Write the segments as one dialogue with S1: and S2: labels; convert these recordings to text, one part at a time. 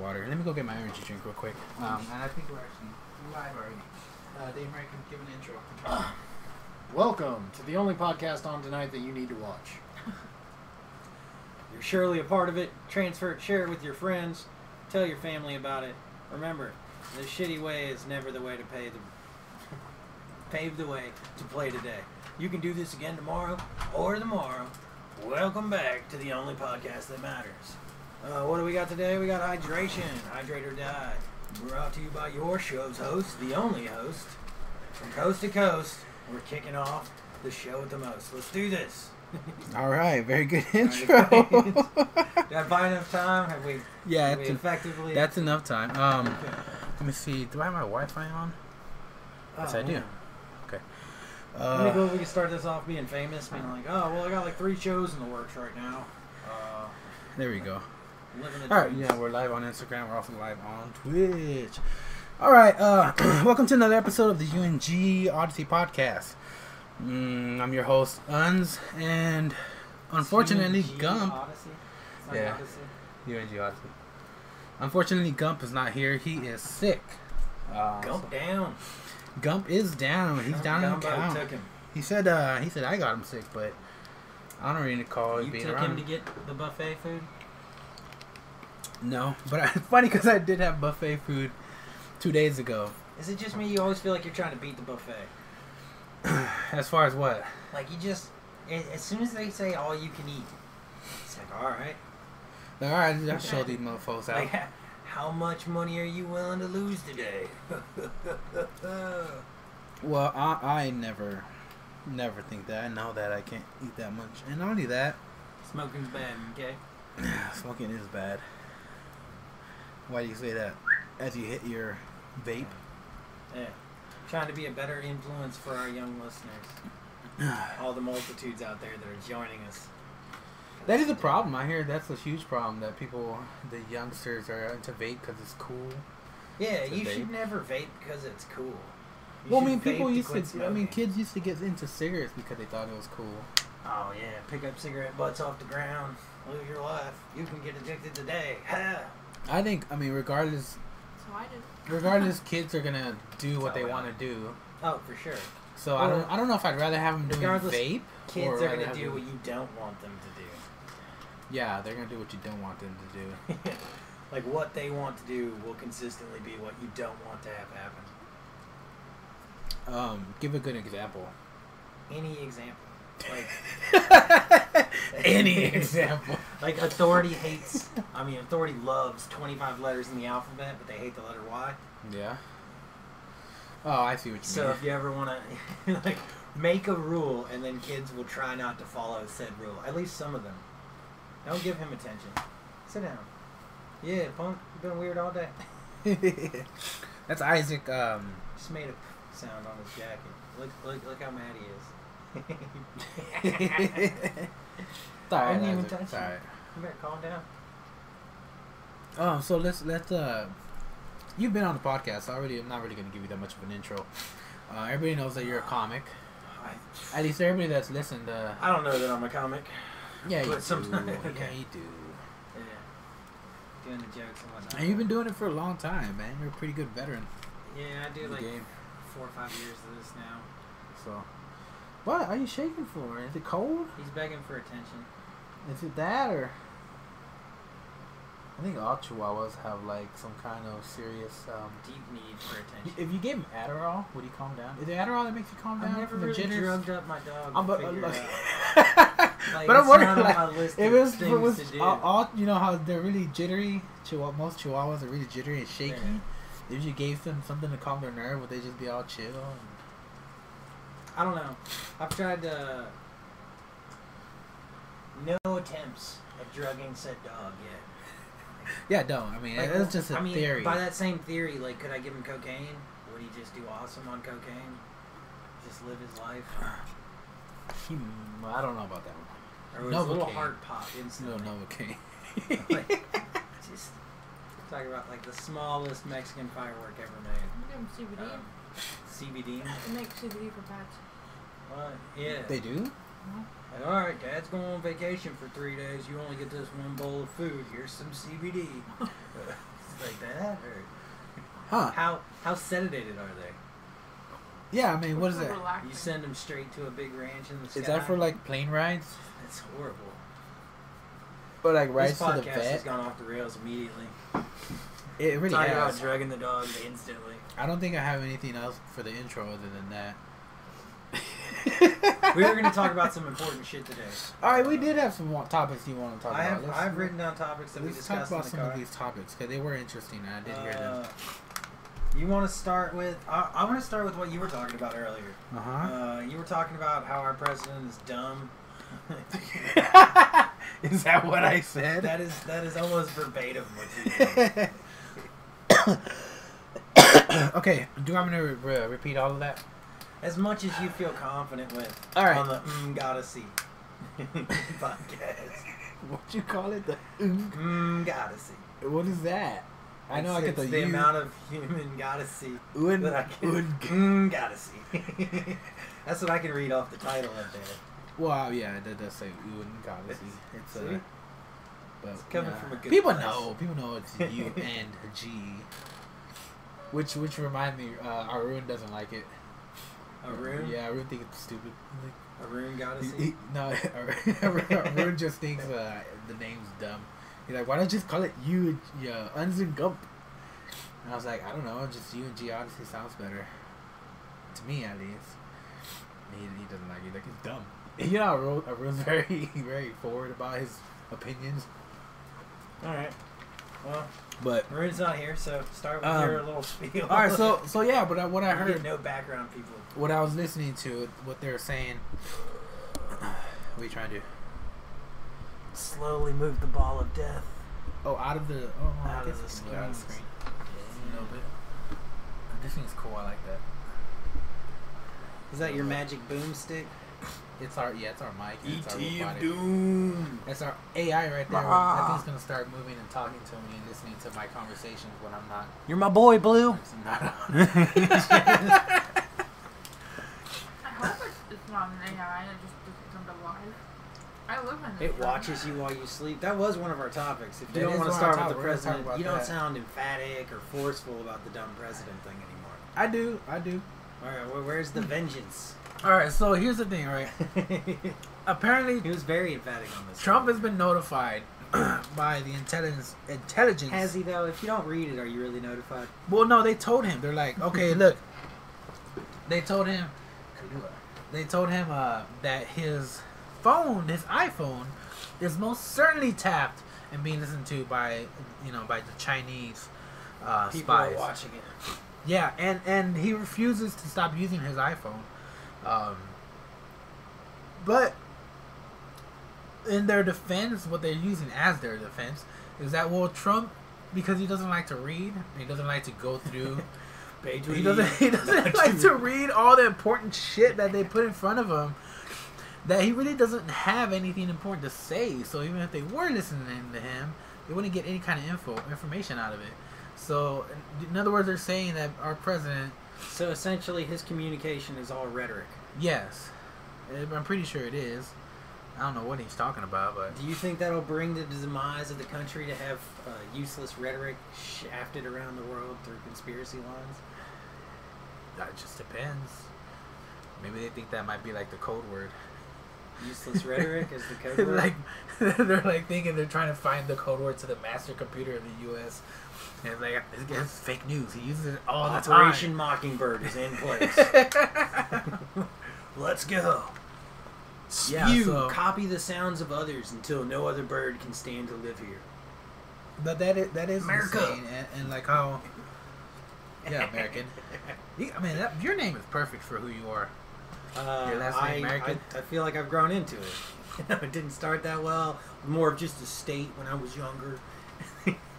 S1: water. Let me go get my energy drink real quick. Um, and I think we're actually live already. Uh, Dave Murray can give an intro.
S2: Welcome to the only podcast on tonight that you need to watch. You're surely a part of it. Transfer it, share it with your friends, tell your family about it. Remember, the shitty way is never the way to pay the pave the way to play today. You can do this again tomorrow or tomorrow. Welcome back to the only podcast that matters. Uh, what do we got today? We got hydration, hydrate or die. Brought to you by your show's host, the only host. From coast to coast, we're kicking off the show with the most. Let's do this.
S1: All right, very good
S2: All
S1: intro.
S2: right. Did I buy enough time? Have we,
S1: yeah,
S2: have we
S1: that's, en-
S2: effectively?
S1: that's enough time. Um, let me see. Do I have my Wi-Fi on? yes, I do.
S2: Oh, man. Let me
S1: Uh,
S2: go. We can start this off being famous, being like, oh, well, I got like three shows in the works right now. Uh,
S1: there we go.
S2: living the
S1: All right,
S2: dream.
S1: yeah, we're live on Instagram. We're also live on Twitch. All right, uh, welcome to another episode of the UNG Odyssey podcast. Mm, I'm your host, Uns, and unfortunately,
S2: Gene
S1: Gump.
S2: Odyssey? It's not
S1: Yeah.
S2: Odyssey.
S1: UNG Odyssey. Unfortunately, Gump is not here. He is sick. Uh,
S2: Gump down.
S1: Gump is down. He's down in the
S2: Gumbo
S1: count.
S2: took him.
S1: He said, uh, he said I got him sick, but I don't really recall it
S2: You
S1: being
S2: took
S1: around.
S2: him to get the buffet food.
S1: no, but I, funny because I did have buffet food two days ago.
S2: Is it just me? You always feel like you're trying to beat the buffet.
S1: As far as what?
S2: Like you just, a- as soon as they say all you can eat, it's like all right.
S1: All right, I'll show these motherfuckers out.
S2: Like, how much money are you willing to lose today? That's
S1: Well, I, I never, never think that. I know that I can't eat that much, and not only that,
S2: Smoking's bad, okay?
S1: smoking is bad. Why do you say that? As you hit your vape.
S2: Yeah. Trying to be a better influence for our young listeners. All the multitudes out there that are joining us.
S1: That is a problem. I hear that's a huge problem that people, the youngsters, are into vape because it's cool.
S2: Yeah,
S1: To
S2: you
S1: vape.
S2: should never vape because it's cool. You
S1: well, I
S2: should
S1: mean, people
S2: vape
S1: used to.
S2: quit
S1: I mean,
S2: smoking.
S1: kids used to get into cigarettes because they thought it was cool.
S2: Oh yeah, pick up cigarette butts off the ground, live your life. You can get addicted today. Ha!
S1: I think. I mean, regardless,
S3: So I did.
S1: regardless, kids are gonna do what
S2: Oh,
S1: they
S2: yeah.
S1: want to do.
S2: Oh, for sure.
S1: So I don't. I don't know if I'd rather have them doing
S2: Regardless,
S1: vape.
S2: Kids
S1: or
S2: are
S1: rather
S2: gonna
S1: have
S2: do
S1: them-
S2: what you don't want them to
S1: Yeah, they're gonna do what you don't want them to do.
S2: do. like what they want to do will consistently be what you don't want to have happen.
S1: Um, give a good example.
S2: Any example. Like
S1: Any example.
S2: Like authority hates. I mean, authority loves twenty-five letters in the alphabet, but they hate the letter Y.
S1: Yeah. Oh, I see what you
S2: So
S1: mean.
S2: if you ever want to, like, make a rule, and then kids will try not to follow said rule. At least some of them. Don't give him attention. Sit down. Yeah, punk. You've been weird all day.
S1: That's Isaac. Um,
S2: Just made a sound on his jacket. Look, look, look how mad he is.
S1: sorry,
S2: I didn't even
S1: Isaac.
S2: touch it.
S1: sorry.
S2: you better calm down.
S1: Um, so let's let's uh, you've been on the podcast. So I already, I'm not really gonna give you that much of an intro. Uh, everybody knows that you're a comic.
S2: I,
S1: At least everybody that's listened. Uh,
S2: I don't know that I'm a comic.
S1: yeah, you
S2: But
S1: do.
S2: sometimes-
S1: Yeah,
S2: okay.
S1: you do.
S2: Yeah. Doing the jokes and whatnot.
S1: And you've been doing it for a long time, man. You're a pretty good veteran
S2: Yeah, I do
S1: in the
S2: like
S1: game.
S2: four or five years of this now.
S1: So, what are you shaking for? Is it cold?
S2: He's begging for attention.
S1: Is it that or? I think all Chihuahuas have like some kind of serious. Um,
S2: Deep need for attention.
S1: if you gave him Adderall, would he calm down? Is it Adderall that makes you calm down?
S2: I've never
S1: from the
S2: really
S1: jitters?
S2: drugged up my dog.
S1: I'm
S2: I'm
S1: but,
S2: to figure it out. Like,
S1: but I'm
S2: it's
S1: wondering,
S2: not on
S1: like,
S2: my list
S1: if it
S2: of
S1: was, if
S2: things
S1: it was
S2: to do.
S1: all, all, you know how they're really jittery. Chihuahua, most Chihuahuas are really jittery and shaky. If you gave them something to calm their nerve, would they just be all chill? And,
S2: I don't know. I've tried uh, no attempts at drugging said dog yet.
S1: yeah, don't. I mean,
S2: Like,
S1: that's just a
S2: I mean,
S1: theory.
S2: By that same theory, like, could I give him cocaine? Would he just do awesome on cocaine? Just live his life?
S1: He- I don't know about that one.
S2: Or was a little
S1: Novocaine.
S2: heart pop
S1: No,
S2: instantly?
S1: no, okay.
S2: Like, just talking about like the smallest Mexican firework ever Uh, made.
S3: Give them
S2: Um, CBD.
S3: CBD. they E, make CBD for pets.
S2: Uh, yeah.
S1: They do?
S2: Like, All right, Dad's going on vacation for three days. You only get this one bowl of food. Here's some CBD. It's like,
S1: Huh.
S2: How how sedated are they?
S1: Yeah, I mean, what is
S3: For
S1: that?
S3: relaxing.
S2: You send them straight to a big ranch in the sky.
S1: Is that for like plane rides?
S2: That's horrible.
S1: But like rides
S2: this
S1: to the
S2: podcast has
S1: vet?
S2: gone off the rails immediately.
S1: It really
S2: Talking about
S1: has.
S2: drugging the dog instantly.
S1: I don't think I have anything else for the intro other than that.
S2: we were going to talk about some important shit today.
S1: All right, we did have some wa- topics you want to talk
S2: I
S1: about.
S2: have I've written down topics that we
S1: Let's talk
S2: discussed
S1: about
S2: in the
S1: some
S2: car.
S1: of these topics because they were interesting and I did hear them.
S2: Uh, You want to start with? I, I want to start with what you were talking about earlier.
S1: Uh
S2: Uh, you were talking about how our president is dumb. uh,
S1: huh. is that what I said?
S2: that is that is almost verbatim what you did.
S1: okay, do you want me to re- re- repeat all of that?
S2: As much as you feel confident with
S1: All right.
S2: on the mm, gotta see podcast.
S1: What you call it? The
S2: Mm, gotta see.
S1: what is that? I know I
S2: It's-
S1: get the,
S2: it's the
S1: you-
S2: amount of human gotta see
S1: un-
S2: that I can.
S1: un-
S2: Mm, gotta see. That's what I can read off the title of that.
S1: Wow, yeah, that does say UN Galaxy. It's, uh,
S2: See?
S1: but,
S2: It's coming
S1: yeah.
S2: from a good
S1: people
S2: place.
S1: know. People know it's U and G. Which which remind me, uh, Arun doesn't like it.
S2: Arun.
S1: Yeah, Arun thinks it's stupid. He's like,
S2: Arun gotta
S1: he-
S2: see.
S1: he- no, Arun, Arun just thinks uh, the name's dumb. He's like, why don't you just call it U and uh, Uns and Gump? And I was like, I don't know, just U and G obviously sounds better. To me, at least. And He, he doesn't like it. Like it's dumb. You know, Arun, Arun's very very forward about his opinions,
S2: All right. Well,
S1: but.
S2: Maroon's not here, so start with
S1: Um,
S2: your little spiel.
S1: All right, so so yeah, but I, what I
S2: I heard
S1: heard,
S2: no background people.
S1: what I was listening to, what they were saying. What are you trying to do?
S2: Slowly move the ball of death.
S1: Oh, out of the oh, I
S2: Out of
S1: guess
S2: the
S1: it's out of the
S2: screens.
S1: screen. A little bit. This thing's cool. I like that.
S2: Is that your magic boomstick?
S1: It's our yeah, it's our mic. and It's our
S2: E
S1: robotic.
S2: Doom.
S1: That's our AI right there.
S2: Ah.
S1: I think it's gonna start moving and talking to me and listening to my conversations when I'm not.
S2: You're my boy, Blue.
S1: when it's not on.
S3: I hope it's, it's not an AI and it just doesn't come to life. I live in this
S2: It watches you while you sleep. That was one of our topics. If you
S1: That
S2: don't
S1: is
S2: want to
S1: one of
S2: start
S1: our
S2: with the
S1: topics. We're gonna
S2: president,
S1: talk
S2: you
S1: about that.
S2: don't sound emphatic or forceful about the dumb president thing anymore.
S1: I do. I do.
S2: All right, well, where's the vengeance?
S1: All right. So here's the thing. Right.
S2: he
S1: Apparently,
S2: was very emphatic on this.
S1: Trump
S2: one.
S1: has been notified by the intelligence intelligence.
S2: Has he though? If you don't read it, are you really notified?
S1: well, no, they told him. They're like, okay, look. They told him. They told him uh, that his phone, his iPhone, is most certainly tapped and being listened to by, you know, by the Chinese uh,
S2: People
S1: spies.
S2: are watching it.
S1: Yeah, and and he refuses to stop using his iPhone. Um, but in their defense, what they're using as their defense is that well, Trump, because he doesn't like to read, he doesn't like to go through,
S2: Page
S1: he doesn't he doesn't like to read all the important shit that they put in front of him. That he really doesn't have anything important to say. So even if they were listening to him, they wouldn't get any kind of info information out of it. So in other words, they're saying that our president
S2: So essentially, his communication is all rhetoric.
S1: Yes, Uh, I'm pretty sure it is. I don't know what he's talking about, but
S2: Do you think that'll bring the demise of the country to have uh, useless rhetoric shafted around the world through conspiracy lines?
S1: that just depends. Maybe they think that might be like the code word.
S2: Useless rhetoric is the code word.
S1: like they're like thinking they're trying to find the code word to the master computer of the U.S. And it's like this guy's fake news. He uses it all the time.
S2: Operation Mockingbird is in place. Let's go. Spew,
S1: Yeah, so-
S2: copy the sounds of others until no other bird can stand to live here.
S1: But that is that is
S2: America.
S1: insane, and, and like how. Yeah, American. You- I mean, that, your name is perfect for who you are.
S2: Uh,
S1: Your last name
S2: I,
S1: American?
S2: I, I feel like I've grown into it. it didn't start that well. More of just a state when I was younger.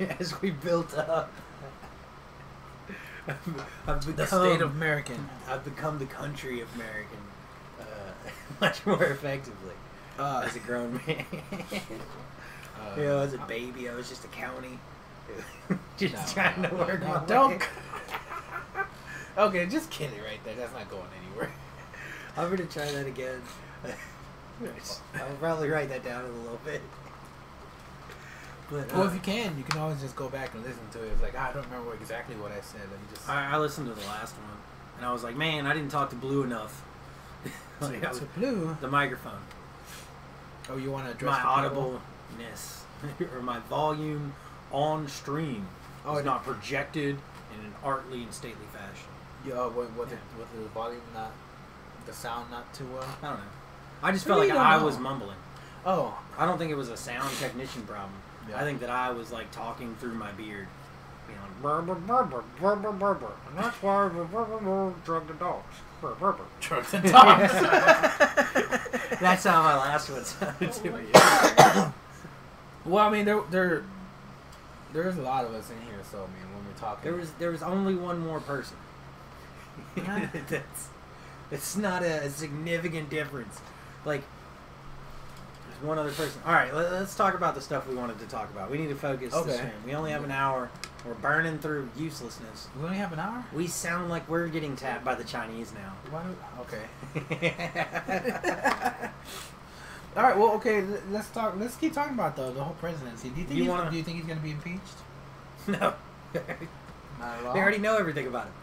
S2: As we built up, I've become
S1: The state of American.
S2: I've become the country of American uh, much more effectively
S1: Uh,
S2: as a grown man.
S1: uh,
S2: you know, as a baby, I was just a county, just
S1: No,
S2: trying
S1: no,
S2: to
S1: no,
S2: work
S1: no,
S2: my way.
S1: don't. okay, just kill it right there. That's not going anywhere.
S2: I'm gonna try that again. I'll probably write that down in a little bit. But
S1: Well,
S2: uh,
S1: if you can, you can always just go back and listen to it. It's like "Ah, I don't remember exactly what I said. Let me just.
S2: I, I listened to the last one, and I was like, man, I didn't talk to Blue enough. like, I was-
S1: to blue.
S2: the microphone,
S1: Oh, you want to address
S2: my
S1: the people?
S2: audibleness, or my volume on stream
S1: Oh,
S2: was
S1: it-
S2: not projected in an artly and stately fashion.
S1: Yeah, uh, with, with,
S2: Yeah.
S1: The, with the volume not, the sound not too well.
S2: I don't know. I just
S1: What
S2: felt
S1: do
S2: like
S1: you don't
S2: I
S1: know?
S2: was mumbling.
S1: Oh,
S2: I don't think it was a sound technician problem.
S1: Yeah.
S2: I think that I was like talking through my beard. You know, burr, burr, burr, burr, burr, burr, burr, burr. And that's why we burr, burr, burr, drug the dogs. Burr, burr, burr.
S1: trucks and tops.
S2: That's how my last one sounded to me.
S1: well, I mean, there there there's a lot of us in here, so I mean, when we're talking,
S2: There was there was only one more person.
S1: Yeah.
S2: That's it's not a, significant difference. Like there's one other person. All right, let, us talk about the stuff we wanted to talk about. We need to focus the
S1: Okay.
S2: stream. We only have an hour. We're burning through uselessness.
S1: we only have an hour.
S2: We sound like we're getting tapped by the Chinese now.
S1: Why do, okay. All right. Well, okay. l- Let's talk. Let's keep talking about the the whole presidency. Do you think
S2: You
S1: he's,
S2: wanna-
S1: do you think he's gonna be impeached?
S2: no, they
S1: Not at all.
S2: already know everything about it.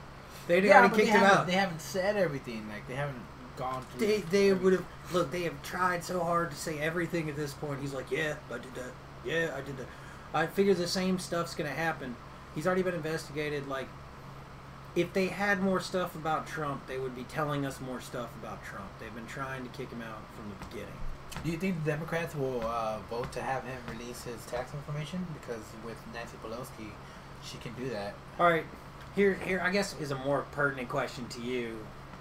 S2: They
S1: yeah,
S2: already
S1: but
S2: kicked
S1: they
S2: him
S1: haven't-
S2: out.
S1: They haven't said everything. Like they haven't gone through.
S2: They they
S1: everything.
S2: would have look. They have tried so hard to say everything at this point. He's like, yeah, I did that. Yeah, I did that. I figure the same stuff's gonna happen. He's already been investigated. Like, if they had more stuff about Trump, they would be telling us more stuff about Trump. They've been trying to kick him out from the beginning.
S1: Do you think the Democrats will uh, vote to have him release his tax information? Because with Nancy Pelosi, she can do that.
S2: All right, here here I guess is a more pertinent question to you.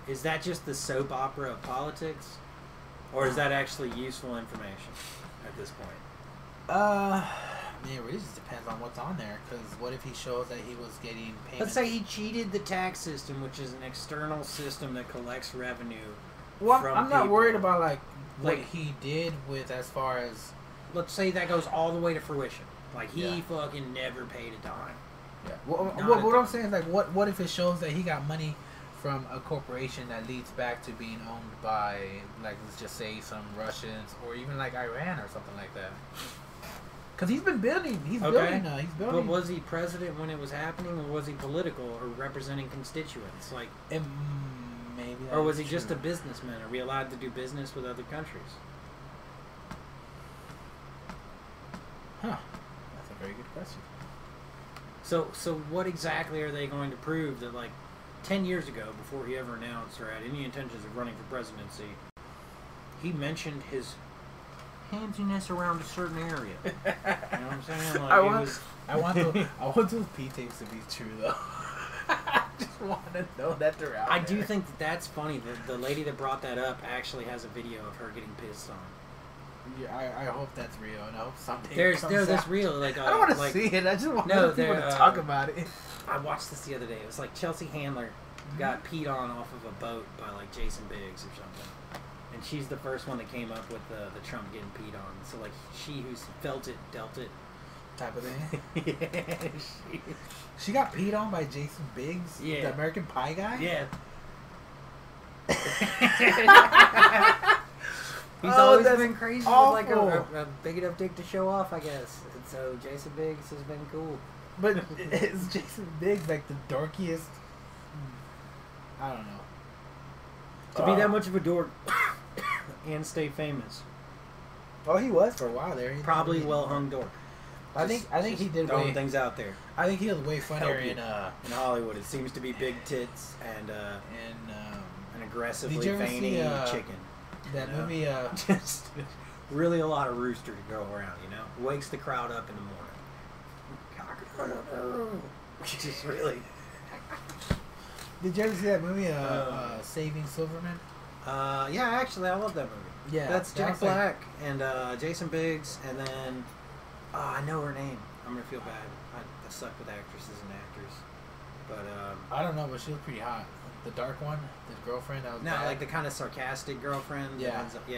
S2: Is that just the soap opera of politics, or is that actually useful information at this point?
S1: Uh, I mean, it really just depends on what's on there. Because what if he shows that he was getting paid?
S2: Let's say he cheated the tax system, which is an external system that collects revenue.
S1: Well, I'm-
S2: from
S1: I'm not
S2: people.
S1: worried about like what
S2: Like-
S1: he did with as far as
S2: Let's say that goes all the way to fruition. Like he
S1: Yeah.
S2: fucking never paid a dime.
S1: Yeah. Well,
S2: Not
S1: what,
S2: at
S1: what
S2: the-
S1: I'm saying is like, what what if it shows that he got money from a corporation that leads back to being owned by, like, let's just say some Russians or even like Iran or something like that? Because he's been building, he's
S2: Okay.
S1: building, uh, he's
S2: But
S1: building.
S2: was he president when it was happening, or was he political or representing constituents? Like,
S1: And, mm, maybe.
S2: or
S1: that
S2: was he
S1: is
S2: just a
S1: true.
S2: businessman? Are we allowed to do business with other countries?
S1: Huh. That's a very good question.
S2: So, so what exactly are they going to prove that, like, ten years ago, before he ever announced or had any intentions of running for presidency, he mentioned his handsiness around a certain area. you know what I'm saying? Like,
S1: I
S2: it
S1: want,
S2: was-
S1: I want, those, I want those P tapes to be true though. I just want to know that they're out
S2: I do
S1: there.
S2: think that that's funny. That the lady that brought that up actually has a video of her getting pissed on.
S1: Yeah, I, I hope that's real, and I hope someday. it
S2: There's
S1: comes
S2: no, that's
S1: out.
S2: real. Like, uh,
S1: I don't want to
S2: like,
S1: see it. I just want
S2: No,
S1: other people
S2: they're,
S1: to
S2: uh,
S1: talk about it.
S2: I watched this the other day. It was like Chelsea Handler
S1: Mm-hmm.
S2: got peed on off of a boat by like Jason Biggs or something. And she's the first one that came up with the, the Trump getting peed on. So like she who felt it dealt it.
S1: Type of thing.
S2: yeah, she-
S1: She got peed on by Jason Biggs,
S2: Yeah.
S1: the American Pie guy.
S2: yeah. He's
S1: Oh,
S2: always
S1: that's
S2: been crazy with like a,
S1: awful.
S2: a, a big enough dick to show off, I guess. And so Jason Biggs has been cool.
S1: But is Jason Biggs like the dorkiest? Hmm. I don't know.
S2: To be
S1: Uh,
S2: that much of a dork and stay famous.
S1: Oh, he was for a while there. He-
S2: Probably
S1: he-
S2: well hung dork.
S1: I think.
S2: Just-
S1: I think he
S2: just
S1: did.
S2: throwing
S1: Way,
S2: things out there
S1: I think he was way funnier
S2: Help you.
S1: in uh
S2: in Hollywood. It seems to be big tits and uh,
S1: in um,
S2: an aggressively
S1: ever
S2: veiny
S1: see, uh,
S2: chicken.
S1: that
S2: No.
S1: movie. Uh,
S2: Just really a lot of rooster to go around. You know, wakes the crowd up in the morning. Just really.
S1: did you ever see that movie? Uh,
S2: Um,
S1: uh, Saving Silverman.
S2: Uh, yeah, actually, I love that movie.
S1: Yeah,
S2: that's
S1: that
S2: Jack
S1: was like-
S2: Black and uh, Jason Biggs, and then oh, I know her name. I'm gonna feel bad. I, I suck with actresses and actors, but um,
S1: I don't know, but she was pretty hot. The dark one, the girlfriend. That was
S2: No,
S1: bad.
S2: like the kind of sarcastic girlfriend. that
S1: Yeah.
S2: ends up- yeah.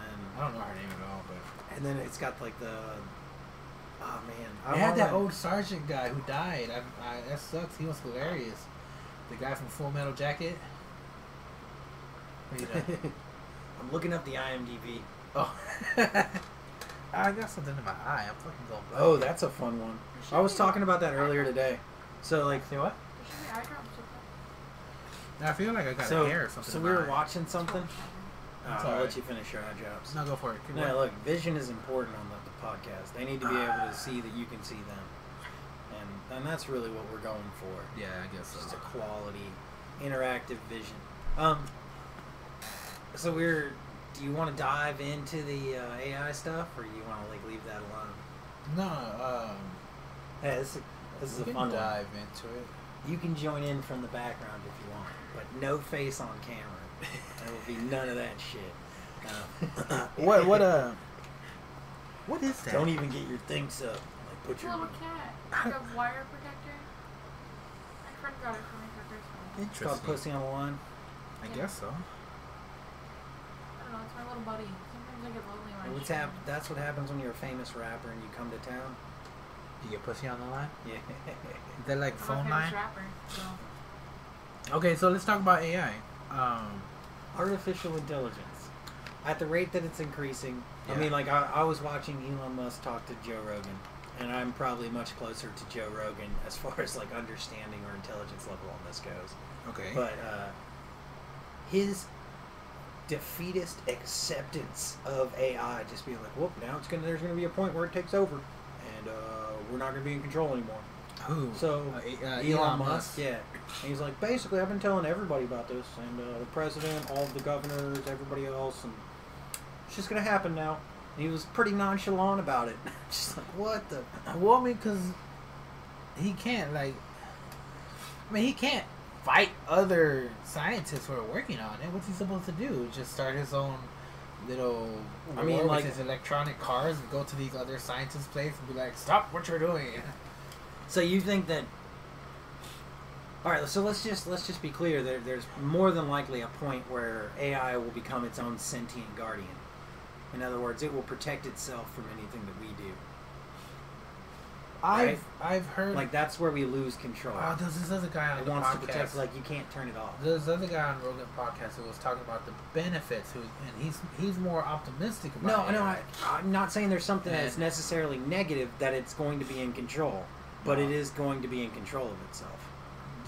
S1: I
S2: then,
S1: don't know her name at all, but
S2: and then it's got like the. Oh man,
S1: They had that
S2: wanna-
S1: old sergeant guy who died. I, I, that sucks. He was hilarious. The guy from Full Metal Jacket. What are you doing?
S2: I'm looking up the IMDb.
S1: oh. I got something in my eye. I'm fucking going.
S2: Oh, that's a fun one.
S3: There should
S2: I was
S3: be-
S2: talking about that earlier today. So like, you know what?
S3: There should be eye drops with
S1: I feel like I got
S2: so
S1: a hair or something.
S2: so
S1: in
S2: we
S1: my
S2: were
S1: eye.
S2: watching something.
S1: That's
S2: Uh, I'll
S1: alright.
S2: let you finish your eye drops.
S1: No, go for it. Keep
S2: No,
S1: going.
S2: look, vision is important on the, the podcast. They need to be able to see that you can see them, and and that's really what we're going for.
S1: Yeah, I guess
S2: It's just
S1: so.
S2: a quality, interactive vision. Um. So we're. Do you want to dive into the uh, AI stuff, or you want to like leave that alone?
S1: No, um,
S2: Hey, this is a, this is
S1: we
S2: a
S1: can
S2: fun one.
S1: dive into it.
S2: You can join in from the background if you want, but no face on camera. There will be none of that shit. Uh,
S1: What what uh what is that?
S2: Don't even get your things up. Like put
S3: It's a
S2: your.
S3: little cat. Like a wire protector. My friend got it for me for Christmas.
S2: It's called
S1: Interesting.
S2: pussy on the line.
S1: I guess so.
S3: I don't know, it's my little buddy. Sometimes I get lonely when I
S2: What's
S3: shoot
S2: hap-
S3: him.
S2: That's what happens when you're a famous rapper and you come to town.
S1: You get pussy on the line?
S2: Yeah.
S1: Is that like
S3: I'm a
S1: phone
S3: famous
S1: line?
S3: rapper, so
S1: Okay, so let's talk about AI. Um
S2: Artificial intelligence. At the rate that it's increasing, I
S1: Yeah.
S2: mean, like I, I was watching Elon Musk talk to Joe Rogan, and I'm probably much closer to Joe Rogan as far as like understanding or intelligence level on this goes.
S1: okay.
S2: But uh, his defeatist acceptance of AI, just being like, "Whoop! Now it's gonna there's gonna be a point where it takes over, and uh, we're not gonna be in control anymore."
S1: Who?
S2: So
S1: Uh, E- uh,
S2: Elon, Musk, yeah, and he's like, basically, I've been telling everybody about this, and uh, the president, all the governors, everybody else, and it's just gonna happen now. And he was pretty nonchalant about it, just like, "What the."
S1: Well, I mean, because he can't, like, I mean, he can't fight other scientists who are working on it. What's he supposed to do? Just start his own little.
S2: I mean,
S1: war with
S2: like-
S1: his electronic cars and go to these other scientists' place and be like, "Stop what you're doing."
S2: So you think that? All right, so let's just let's just be clear. There, there's more than likely a point where AI will become its own sentient guardian. In other words, it will protect itself from anything that we do.
S1: I've
S2: Right.
S1: I've heard
S2: Like that's where we lose control.
S1: oh, there's this other guy on
S2: it
S1: the
S2: wants
S1: podcast.
S2: to protect. Like you can't turn it off.
S1: there's this other guy on Rogan podcast who was talking about the benefits, who and he's he's more optimistic
S2: No,
S1: about.
S2: no, I,
S1: AI.
S2: I'm not saying there's something that's
S1: And-
S2: necessarily negative that it's going to be in control, but
S1: No.
S2: it is going to be in control of itself.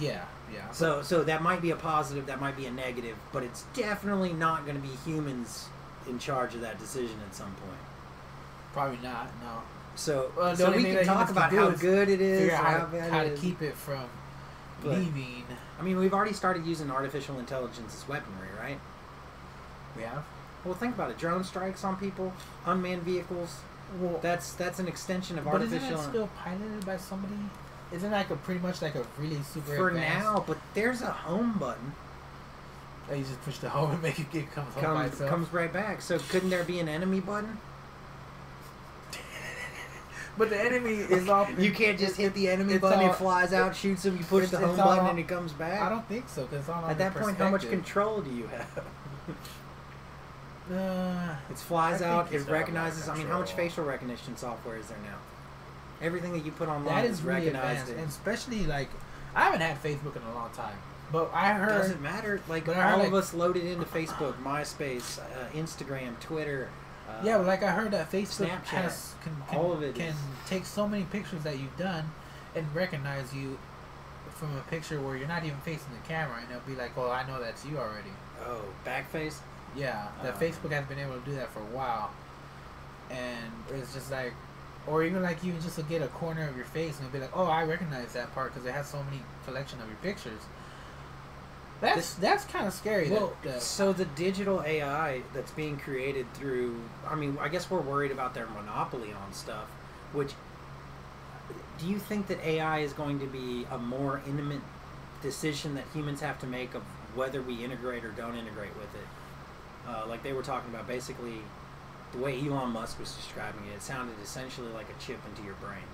S1: yeah, yeah.
S2: So, so that might be a positive, that might be a negative, but it's definitely not going to be humans in charge of that decision at some point.
S1: Probably not. No.
S2: So,
S1: Well, the
S2: so
S1: only
S2: we
S1: thing
S2: can
S1: that humans
S2: talk
S1: can
S2: about
S1: do
S2: how
S1: is
S2: good it is,
S1: Figure
S2: or
S1: out
S2: how
S1: how, to,
S2: bad
S1: how
S2: it
S1: to
S2: is.
S1: keep it from
S2: But-
S1: leaving.
S2: I mean, we've already started using artificial intelligence as weaponry, right?
S1: We have.
S2: Well, think about it: drone strikes on people, unmanned vehicles.
S1: Well,
S2: That's that's an extension of
S1: but isn't
S2: artificial.
S1: it still piloted by somebody? Isn't it like a pretty much like a really super
S2: for
S1: advanced-
S2: now, but there's a home button.
S1: Oh, you just push the home and make it get comes home by
S2: comes,
S1: itself.
S2: comes right back. So couldn't there be an enemy button?
S1: But the enemy is off.
S2: You can't just hit the enemy
S1: it's
S2: button.
S1: all-
S2: it flies out, shoots him. You push
S1: it's-
S2: the
S1: it's
S2: home
S1: all
S2: button,
S1: on-
S2: and it comes back.
S1: I don't think so because on
S2: At that point, how much control do you have?
S1: Uh,
S2: it
S1: I
S2: flies
S1: think
S2: out.
S1: you still have a lot
S2: It
S1: of
S2: recognizes. I mean, how much
S1: control.
S2: facial recognition software is there now? Everything that you put online
S1: that is
S2: is
S1: really
S2: recognized.
S1: advanced, and especially like I haven't had Facebook in a long time, but I
S2: it
S1: heard
S2: doesn't matter. Like
S1: But I heard,
S2: all of
S1: like-
S2: us loaded into Facebook, MySpace, uh, Instagram, Twitter. Uh,
S1: Yeah, but like I heard that Facebook
S2: Snapchat,
S1: has can, can,
S2: all of it
S1: can
S2: is-
S1: take so many pictures that you've done and recognize you from a picture where you're not even facing the camera and it'll be like, Well, I know that's you already.
S2: oh, backface.
S1: Yeah. That
S2: Oh.
S1: Facebook has been able to do that for a while. And it's just like or even like you just will get a corner of your face and it'll be like, Oh, I recognize that part because it has so many collection of your pictures. That's
S2: This-
S1: that's kinda scary. that-
S2: Well,
S1: that-
S2: so the digital AI that's being created through, I mean, I guess we're worried about their monopoly on stuff, which do you think that AI is going to be a more intimate decision that humans have to make of whether we integrate or don't integrate with it? Uh, like they were talking about, basically, the way Elon Musk was describing it, it sounded essentially like a chip into your brain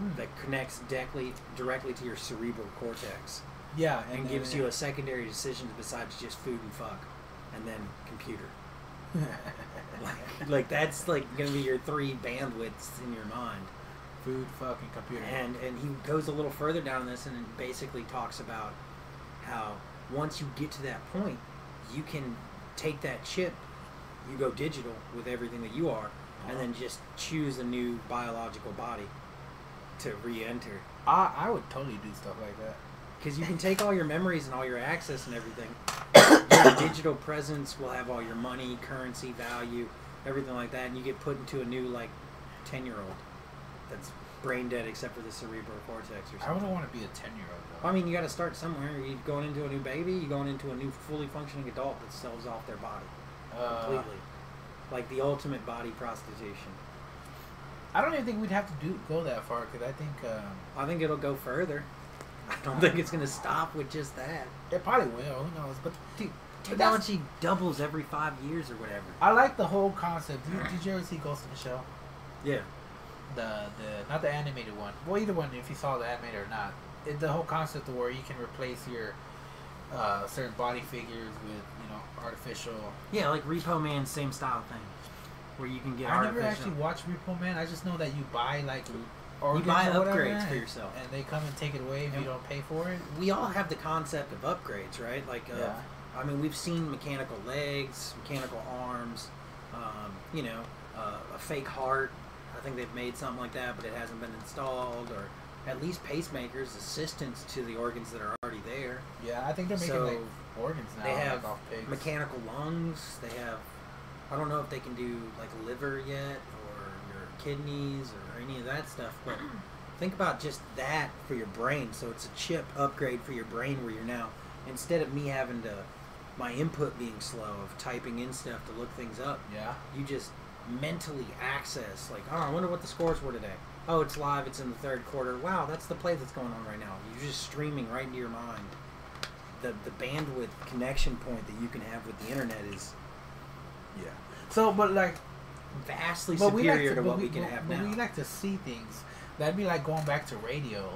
S1: Mm.
S2: that connects directly directly to your cerebral cortex
S1: yeah,
S2: and
S1: then-
S2: gives you a secondary decision besides just food and fuck, and then computer. Like, like that's like gonna be your three bandwidths in your mind.
S1: food, fucking computer.
S2: And and he goes a little further down this and basically talks about how once you get to that point, you can take that chip, you go digital with everything that you are, and then just choose a new biological body to re-enter.
S1: I, I would totally do stuff like that.
S2: Because you can take all your memories and all your access and everything. your digital presence will have all your money, currency, value, everything like that, and you get put into a new like ten year old that's brain dead except for the cerebral cortex or
S1: I
S2: something.
S1: wouldn't want to be a ten year old.
S2: Well, I mean, you got to start somewhere. You going into a new baby, you going into a new fully functioning adult that sells off their body
S1: uh,
S2: completely, like the ultimate body prostitution.
S1: I don't even think we'd have to do go that far because I think um,
S2: I think it'll go further. I don't think it's going to stop with just that.
S1: it probably will. Who knows? But
S2: Dude,
S1: But that's-
S2: technology doubles every five years or whatever.
S1: I like the whole concept. Did, did you ever see Ghost in the Shell?
S2: Yeah.
S1: The the not the animated one. Well, either one if you saw the animated or not. It, the whole concept of where you can replace your uh, certain body figures with you know artificial.
S2: Yeah, like Repo Man, same style thing, where you can get
S1: I never
S2: artificial.
S1: actually watched Repo Man. I just know that you buy like
S2: you
S1: organs
S2: buy
S1: or whatever,
S2: upgrades for
S1: and-
S2: yourself.
S1: and they come and take it away if you
S2: And-
S1: don't pay for it.
S2: we all have the concept of upgrades, right? Like, uh,
S1: Yeah.
S2: I mean, we've seen mechanical legs, mechanical arms, um, you know, uh, a fake heart. I think they've made something like that, but it hasn't been installed, or at least pacemakers, assistants to the organs that are already there.
S1: Yeah, I think they're making
S2: So,
S1: like organs now.
S2: they have
S1: like, off pigs.
S2: mechanical lungs. They have, I don't know if they can do like liver yet or your kidneys or any of that stuff. But think about just that for your brain. So it's a chip upgrade for your brain where you're now, instead of me having to, my input being slow of typing in stuff to look things up,
S1: Yeah.
S2: you just mentally access like, oh, I wonder what the scores were today. Oh, it's live. It's in the third quarter. Wow, that's the play that's going on right now. You're just streaming right into your mind. The the bandwidth connection point that you can have with the internet is
S1: Yeah. So, but like,
S2: vastly
S1: but we like
S2: superior
S1: to,
S2: to,
S1: but
S2: what
S1: we,
S2: we, can
S1: but-
S2: have
S1: but
S2: now.
S1: we like to see things. That'd be like going back to radio.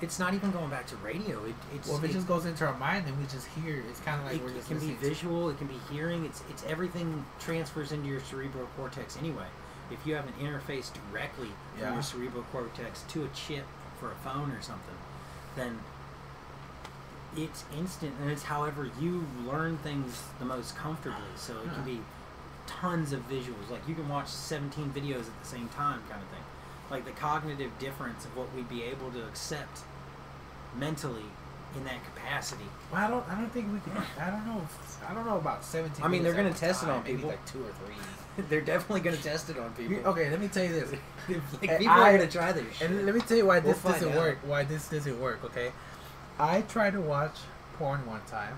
S2: it's not even going back to radio. It, it's
S1: Well, if it
S2: it's-
S1: just goes into our mind and we just hear, it's kind of like
S2: it,
S1: we're
S2: it
S1: just
S2: can be
S1: listening to-
S2: visual, it can be hearing. It's it's everything transfers into your cerebral cortex anyway. If you have an interface directly
S1: Yeah.
S2: from your cerebral cortex to a chip for a phone or something, then it's instant and it's however you learn things the most comfortably. So it
S1: Huh.
S2: can be tons of visuals. Like you can watch 17 videos at the same time, kind of thing. Like the cognitive difference of what we'd be able to accept mentally in that capacity
S1: Well, I don't. I don't think we can. I don't know. if- I don't know about seventeen.
S2: I mean, they're
S1: minutes
S2: gonna
S1: at a
S2: test it
S1: time,
S2: on
S1: maybe
S2: people.
S1: like two or three.
S2: They're definitely going to test it on people.
S1: Okay, let me tell you this,
S2: like,
S1: And
S2: people are
S1: I-
S2: going to try this shit.
S1: and let me tell you why
S2: We'll
S1: this
S2: find
S1: doesn't
S2: out.
S1: work. Why this doesn't work? Okay, I tried to watch porn one time,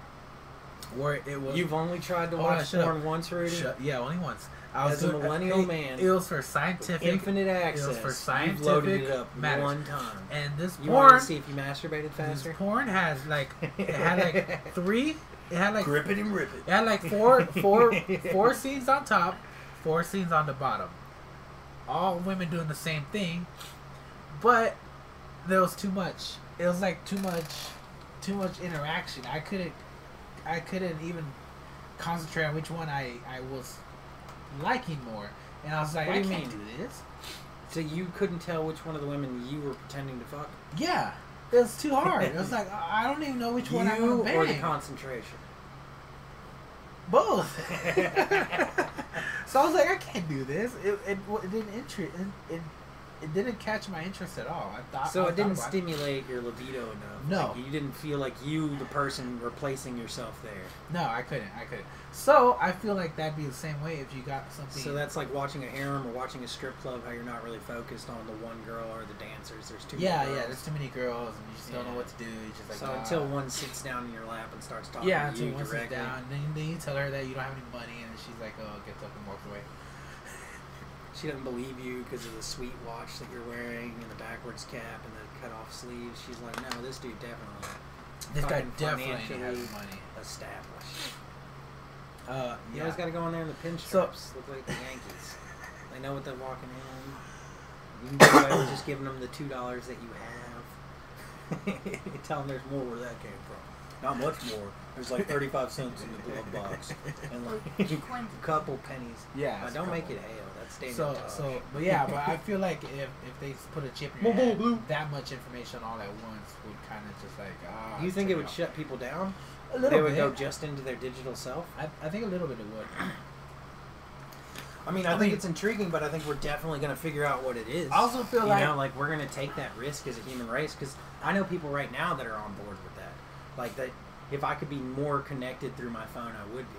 S1: where it was
S2: You've only tried to
S1: Hold on,
S2: watch
S1: shut up.
S2: porn once, Rudy?
S1: Shut- yeah, only once. I was
S2: As a
S1: doing- uh,
S2: millennial
S1: it-
S2: man,
S1: it was for scientific
S2: Infinite
S1: was
S2: access.
S1: for
S2: You've loaded
S1: scientific
S2: it up
S1: matters.
S2: one time.
S1: and this
S2: You
S1: porn,
S2: want to see if you masturbated
S1: this
S2: faster?
S1: porn has like it had like three, it had like
S2: Grip it and rip it.
S1: it had like four four four scenes on top, four scenes on the bottom, all women doing the same thing, but there was too much. It was like too much, too much interaction. I couldn't, I couldn't even concentrate on which one I I was liking more, and I was like,
S2: What do
S1: I
S2: you
S1: can't
S2: mean?
S1: do this.
S2: So you couldn't tell which one of the women you were pretending to fuck?
S1: Yeah, it's too hard. It was like I I don't even know which one I
S2: you
S1: want to
S2: or the
S1: bang.
S2: concentration?
S1: Both. so I was like, I can't do this. It it, w- it didn't interest. It, it it didn't catch my interest at all. I thought I
S2: So
S1: thought
S2: it didn't
S1: about-
S2: stimulate your libido enough.
S1: No.
S2: Like, you didn't feel like you, the person, replacing yourself there.
S1: No, I couldn't. I couldn't. So I feel like that'd be the same way if you got something.
S2: So that's like watching a harem or watching a strip club, how you're not really focused on the one girl or the dancers. There's too
S1: yeah,
S2: many
S1: yeah.
S2: girls.
S1: There's too many girls, and you just don't know
S2: Yeah.
S1: what to do. You just like
S2: so
S1: ah.
S2: until one sits down in your lap and starts talking
S1: yeah,
S2: to
S1: until
S2: you
S1: one sits
S2: directly.
S1: down, then, then you tell her that you don't have any money, and she's like, "Oh, get up and walk away."
S2: She doesn't believe you because of the sweet watch that you're wearing and the backwards cap and the cut off sleeves. She's like, no, this dude definitely
S1: This guy
S2: Fucking
S1: definitely has
S2: financially-
S1: money.
S2: established.
S1: Uh,
S2: You
S1: yeah.
S2: always got to go in there in the pinstripes. look like the Yankees. They know what they're walking in. You can get away with just giving them the two dollars that you have. Tell them there's more where that came from. Not much more. There's like thirty-five cents in the glove box and
S3: Like,
S2: like a couple pennies.
S1: yeah.
S2: But
S1: it's
S2: don't
S1: cool.
S2: make it hail. That's dangerous.
S1: So, so, but yeah, but I feel like if, if they put a chip in your
S2: Boom, boom,
S1: head,
S2: blue.
S1: that much information all at once would kind of just like ah.
S2: you think it
S1: turn
S2: would
S1: off.
S2: shut people down?
S1: a
S2: They
S1: little
S2: would
S1: bit?
S2: go just into their digital self.
S1: I, I think a little bit it would.
S2: I mean, I,
S4: I
S2: think
S4: mean-
S2: it's intriguing, but I think we're definitely going to figure out what it is.
S4: I also feel
S2: you
S4: like
S2: know, like we're going to take that risk as a human race because I know people right now that are on board with that. Like that, if I could be more connected through my phone, I would be.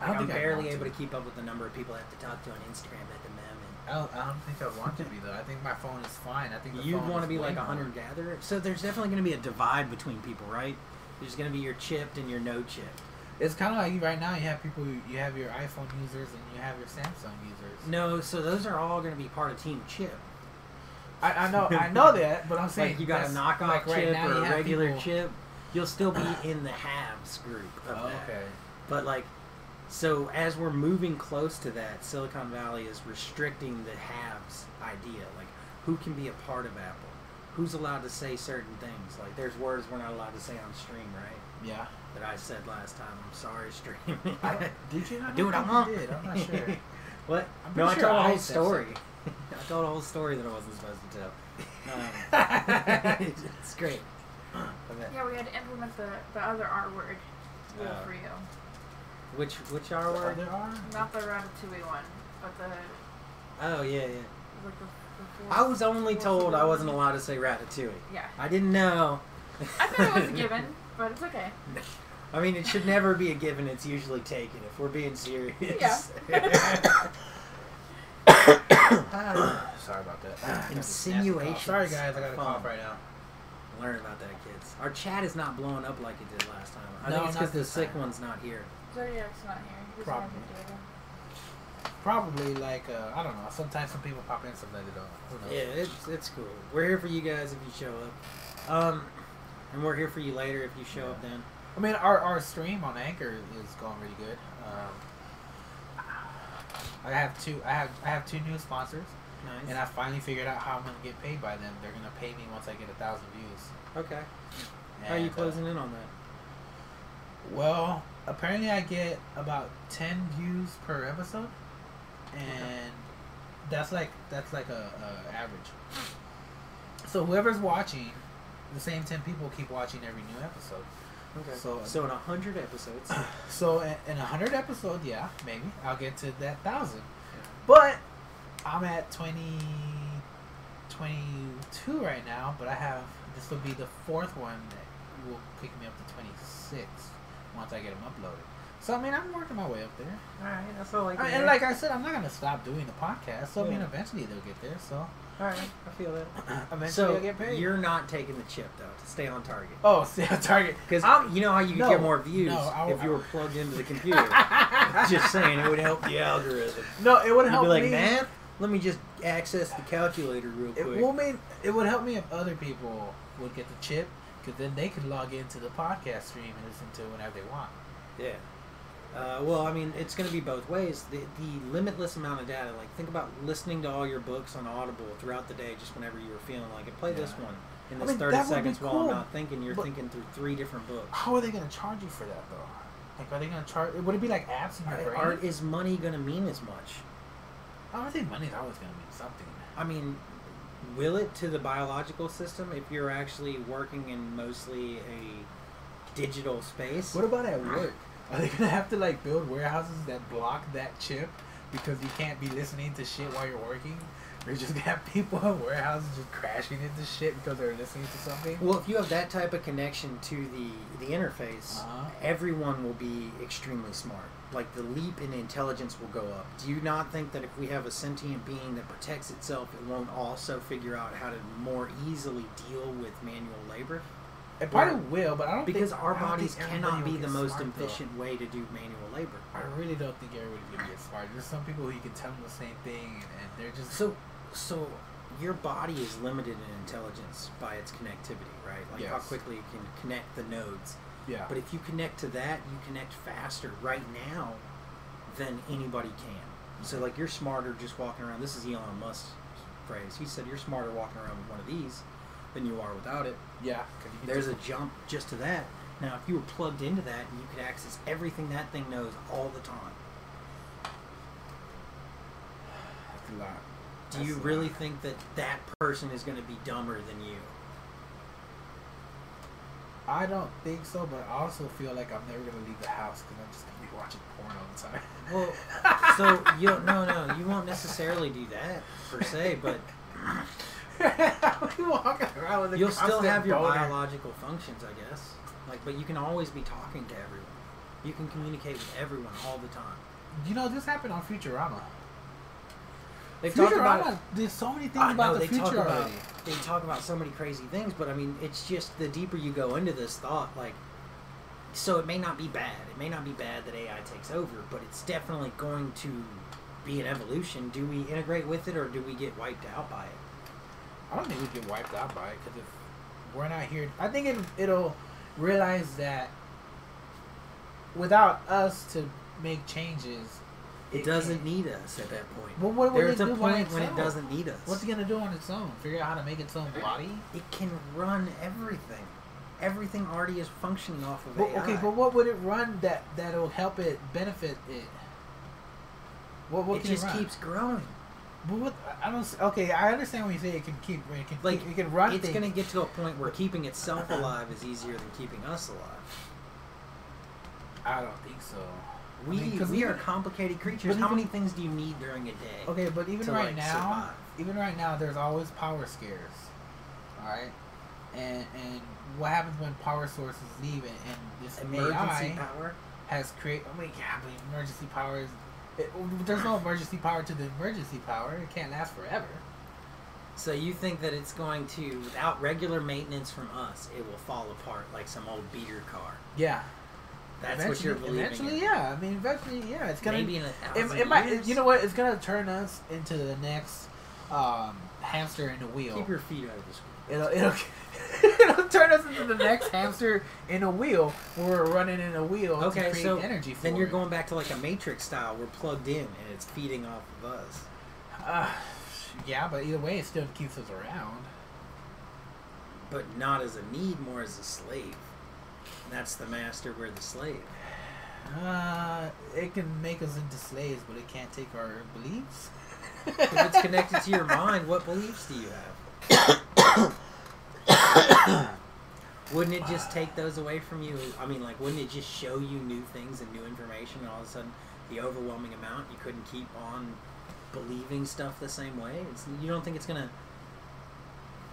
S1: I don't
S2: Like, I'm
S1: think I'd
S2: barely
S1: want
S2: able to
S1: to.
S2: keep up with the number of people I have to talk to on Instagram at the moment.
S1: I don't, I don't think I want to be though. I think my phone is fine. I think the
S2: You'd
S1: phone
S2: want
S1: is
S2: to be
S1: way
S2: like a
S1: more-
S2: hunter gatherer, so there's definitely going to be a divide between people, right? There's going to be your chipped and your no chipped.
S1: It's kind of like right now you have people. You have your iPhone users and you have your Samsung users.
S2: No, so those are all going to be part of Team Chip.
S1: I, I know, I know that, but I'm saying
S2: like you got a
S1: that's-
S2: knockoff
S1: like right
S2: chip
S1: now
S2: or
S1: you
S2: a
S1: have
S2: regular
S1: people-
S2: chip, you'll still be in the halves group of
S1: Oh,
S2: that.
S1: okay.
S2: But like, so as we're moving close to that, Silicon Valley is restricting the halves idea. Like, who can be a part of Apple? Who's allowed to say certain things? Like, there's words we're not allowed to say on stream, right?
S1: Yeah.
S2: That I said last time. I'm sorry, stream.
S1: I don't- did you? I
S2: I
S1: don't
S2: do what I
S1: think you
S2: want.
S1: Did. I'm not sure.
S2: what?
S1: I'm
S2: no, I
S1: pretty sure
S2: told a
S1: I
S2: whole
S1: said
S2: story. I told a whole story that I wasn't supposed to tell. Um, it's great. Okay.
S3: Yeah, we had to implement the, the other R word rule
S2: Uh,
S3: for you.
S2: Which which R
S1: Or
S2: word?
S1: there are.
S3: Not the Ratatouille one, but the
S2: Oh yeah, yeah.
S3: like the, the fourth-
S2: I was only
S3: fourth
S2: told I
S3: one.
S2: wasn't allowed to say ratatouille.
S3: Yeah,
S2: I didn't know.
S3: I thought it was a given, but it's okay.
S2: I mean, it should never be a given. It's usually taken. If we're being serious.
S3: Yeah.
S2: Uh,
S1: Sorry about that.
S2: Insinuations.
S1: Sorry guys, I got a
S2: Fun.
S1: cough right now.
S2: Learn about that, kids. Our chat is not blowing up like it did last time. I
S1: No,
S2: think it's
S1: not
S2: because the
S1: this
S2: sick
S1: time.
S2: one's not here.
S3: Zodiac's not here. He's
S1: Probably.
S3: on the data.
S1: Probably like uh, I don't know. Sometimes some people pop in, sometimes they don't. Who knows?
S2: Yeah, it's, it's cool. We're here for you guys if you show up. Um, and we're here for you later if you show up then.
S1: I mean, our, our stream on Anchor is going really good. Um, I have two. I have I have two new sponsors,
S2: Nice.
S1: and I finally figured out how I'm gonna get paid by them. They're gonna pay me once I get a thousand views.
S2: okay. How are you
S1: And, uh,
S2: closing in on that?
S1: well, apparently I get about ten views per episode, and that's like that's like a, a average. So whoever's watching, the same ten people keep watching every new episode.
S2: Okay.
S1: So-
S2: so uh, in a hundred episodes.
S1: So in, in 100 episodes, yeah, maybe I'll get to that thousand. But I'm at 20, 22 right now. But I have this will be the fourth one that will pick me up to 26 once I get them uploaded. So I mean, I'm working my way up there.
S2: all right, that's all I
S1: I-
S2: can.
S1: and like I said, I'm not gonna stop doing the podcast. So I mean,
S2: Yeah.
S1: eventually they'll get there. So
S2: all right, I feel that.
S1: eventually
S2: so
S1: I'll get paid.
S2: you're not taking the chip though to stay on target.
S1: oh, see, I'll target.
S2: Because
S1: I'm-
S2: you know how you could
S1: no,
S2: get more views
S1: no, I-
S2: if you were plugged into the computer. just
S1: Just
S2: saying, it would help the algorithm.
S1: no, it would
S2: You'd
S1: help
S2: be like,
S1: me.
S2: man, let me just access the calculator real
S1: It
S2: quick.
S1: will mean it would help me if other people would get the chip, because then they could log into the podcast stream and listen to it whenever they want.
S2: Yeah. Uh, well, I mean, it's going to be both ways. The, the limitless amount of data, like think about listening to all your books on Audible throughout the day, just whenever you were feeling like it. Play this
S1: Yeah.
S2: one in
S1: I
S2: this
S1: mean,
S2: 30
S1: that would be
S2: seconds while I'm
S1: cool,
S2: not thinking. You're
S1: but-
S2: thinking through three different books.
S1: How are they gonna charge you for that though? Like, are they gonna charge? Would it be like apps in your brain?
S2: Art is money going to mean as much?
S1: I don't think money's always gonna mean something.
S2: I mean, will it to the biological system if you're actually working in mostly a digital space?
S1: What about at work? Are they gonna have to like build warehouses that block that chip because you can't be listening to shit while you're working? They're just gonna have people in warehouses just crashing into shit because they're listening to something.
S2: Well, if you have that type of connection to the the interface,
S1: Uh-huh.
S2: everyone will be extremely smart. Like the leap in intelligence will go up. Do you not think that if we have a sentient being that protects itself, it won't also figure out how to more easily deal with manual labor?
S1: It probably will, but I don't
S2: Because
S1: think-
S2: our
S1: I don't
S2: bodies
S1: think
S2: cannot
S1: everybody
S2: be
S1: will
S2: the
S1: get
S2: most
S1: smart, though.
S2: efficient way to do manual labor.
S1: I really don't think everybody's gonna get smart. There's some people who you can tell them the same thing, and, and they're just
S2: So, so your body is limited in intelligence by its connectivity, right? Like how
S1: Yes.
S2: quickly it can connect the nodes.
S1: yeah.
S2: But if you connect to that, you connect faster right now than anybody can. So like you're smarter just walking around. This is Elon Musk's phrase. He said you're smarter walking around with one of these than you are without it.
S1: yeah, 'cause you can
S2: There's a
S1: just-
S2: jump just to that. Now, if you were plugged into that, you could access everything that thing knows all the time.
S1: that's a lot.
S2: Do
S1: That's
S2: you
S1: a lot.
S2: really think that that person is going to be dumber than you?
S1: I don't think so, but I also feel like I'm never gonna leave the house because I'm just gonna be watching porn all the time.
S2: Well, so you don't, no no you won't necessarily do that per se, but
S1: we walk around with a
S2: you'll still
S1: constant
S2: have your
S1: boner.
S2: biological functions, I guess. Like, but you can always be talking to everyone. You can communicate with everyone all the time.
S1: You know, this happened on Futurama.
S2: They've
S1: Futurama,
S2: talked about.
S1: there's so many things
S2: I
S1: about
S2: know,
S1: the
S2: they
S1: future
S2: talk about
S1: already.
S2: they talk about so many crazy things, but I mean, it's just the deeper you go into this thought, like, so it may not be bad. It may not be bad that AI takes over, but it's definitely going to be an evolution. Do we integrate with it, or do we get wiped out by it?
S1: I don't think we get wiped out by it because if we're not here, I think it, it'll realize that without us to make changes,
S2: It doesn't need us at that point.
S1: Well, what would it
S2: There's a
S1: do by
S2: point when it
S1: itself?
S2: doesn't need us.
S1: What's it gonna do on its own? Figure out how to make its own body.
S2: it can run everything. Everything already is functioning off of
S1: But,
S2: AI.
S1: okay, but what would it run that that'll help it benefit it? What what
S2: it
S1: can
S2: just
S1: it run?
S2: keeps growing.
S1: But what I don't. s- Okay, I understand when you say it can keep. It can
S2: Like,
S1: like it can run.
S2: it's
S1: things.
S2: going to get to a point where keeping itself alive is easier than keeping us alive.
S1: I don't think so.
S2: We
S1: I mean, 'cause
S2: we
S1: even-
S2: are complicated creatures.
S1: but
S2: How
S1: even-
S2: many things do you need during a day?
S1: Okay, but even
S2: to,
S1: right
S2: like,
S1: now,
S2: survive.
S1: even right now, there's always power scares. All right, and and what happens when power sources leave and, and this
S2: Emergency
S1: AI
S2: power.
S1: has created? I mean, yeah, but emergency powers. It, there's no emergency power to the emergency power. It can't last forever.
S2: So you think that it's going to, without regular maintenance from us, it will fall apart like some old beater car?
S1: Yeah,
S2: That's
S1: eventually,
S2: what you're believing.
S1: Eventually,
S2: in.
S1: yeah. I mean, eventually, yeah. It's gonna
S2: Maybe in a
S1: It,
S2: thousand
S1: it might.
S2: years.
S1: You know what? It's gonna turn us into the next um, hamster in the wheel.
S2: Keep your feet out of the school.
S1: It'll it'll, it'll turn us into the next hamster in a wheel. where We're running in a wheel to
S2: Okay,
S1: create
S2: so
S1: energy. For
S2: then you're
S1: it.
S2: going back to like a Matrix style. We're plugged in and it's feeding off of us.
S1: Uh, yeah, but either way, it still keeps us around.
S2: but not as a need, more as a slave. And that's the master, we're the slave.
S1: Uh, it can make us into slaves, but it can't take our beliefs.
S2: If it's connected to your mind, what beliefs do you have? wouldn't it just take those away from you? I mean, like, wouldn't it just show you new things and new information, and all of a sudden, the overwhelming amount you couldn't keep on believing stuff the same way? It's, you don't think it's gonna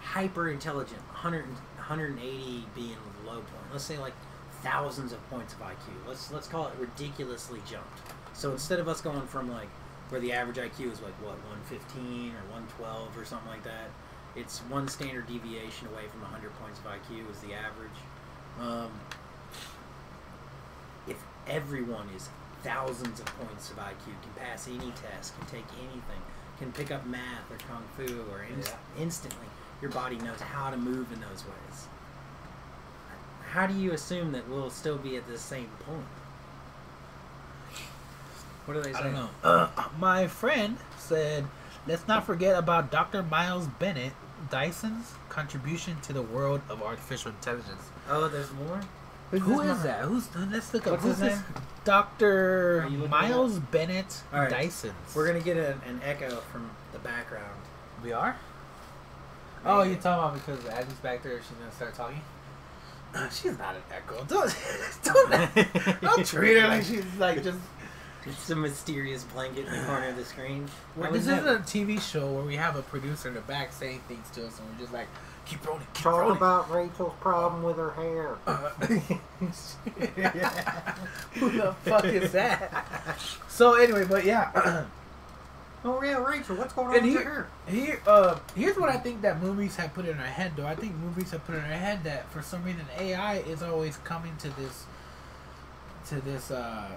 S2: hyper intelligent, 100, 180 being the low point. Let's say like thousands of points of IQ. Let's let's call it ridiculously jumped. So instead of us going from like where the average IQ is like what 115 or 112 or something like that, it's one standard deviation away from 100 points of IQ is the average. Um, if everyone is thousands of points of IQ, can pass any test, can take anything, can pick up math or kung fu or inst- instantly, your body knows how to move in those ways. How do you assume that we'll still be at the same point? What do they say?
S1: I don't know. Uh, my friend said, let's not forget about Dr. Miles Bennett Dyson's contribution to the world of artificial intelligence.
S2: Oh, there's more.
S1: Who
S2: this
S1: is
S2: mo-
S1: that? Who's let's look up
S2: What's
S1: who's
S2: his
S1: this
S2: name? Are
S1: Doctor
S2: you looking
S1: Miles Bennett
S2: All right.
S1: Dyson.
S2: We're gonna get a, an echo from the background.
S1: we are. Oh,
S2: Maybe.
S1: you're talking about because Abby's back there. She's gonna start talking. Uh, she's not an echo. Don't don't, don't treat her like she's like just.
S2: It's a mysterious blanket in the corner of the screen. I
S1: this
S2: was
S1: is
S2: never-
S1: a TV show where we have a producer in the back saying things to us, and we're just like, keep rolling, keep rolling.
S2: about Rachel's problem with her hair.
S1: Uh, Who the fuck is that? So anyway, but yeah.
S2: Oh yeah, Rachel, what's going on
S1: And
S2: with
S1: he-
S2: your hair?
S1: Here, uh, here's what I think that movies have put in our head, though. I think movies have put in our head that for some reason AI is always coming to this, to this, uh,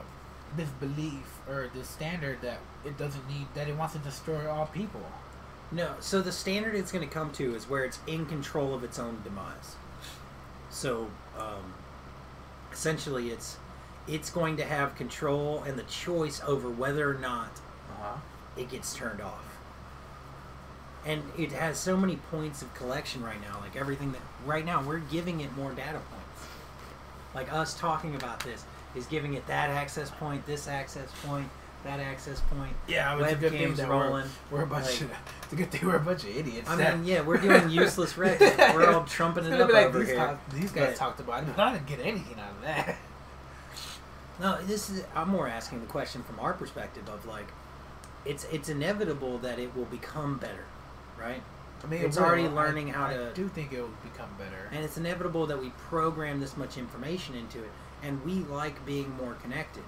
S1: this belief or this standard that it doesn't need that it wants to destroy all people.
S2: No, so the standard it's going to come to is where it's in control of its own demise. So, um, essentially, it's it's going to have control and the choice over whether or not
S1: Uh-huh.
S2: it gets turned off. And it has so many points of collection right now. Like everything that right now we're giving it more data points. Like us talking about this is giving it that access point, this access point, that access point.
S1: Yeah, but it's a good thing
S2: Webcams
S1: that
S2: rolling.
S1: we're, we're a bunch
S2: Like-
S1: of, it's a good thing we're a bunch of idiots.
S2: I
S1: that-
S2: mean, yeah, we're doing useless records. We're all trumping
S1: It's
S2: it
S1: gonna
S2: up
S1: be like
S2: over
S1: these,
S2: here.
S1: talk- these guys
S2: But-
S1: talked about it, but I didn't get anything out of that.
S2: No, this is. I'm more asking the question from our perspective of like, it's it's inevitable that it will become better, right?
S1: I mean,
S2: It's
S1: it will.
S2: already
S1: I-
S2: learning how
S1: I
S2: to-
S1: do think it will become better.
S2: And it's inevitable that we program this much information into it, and we like being more connected.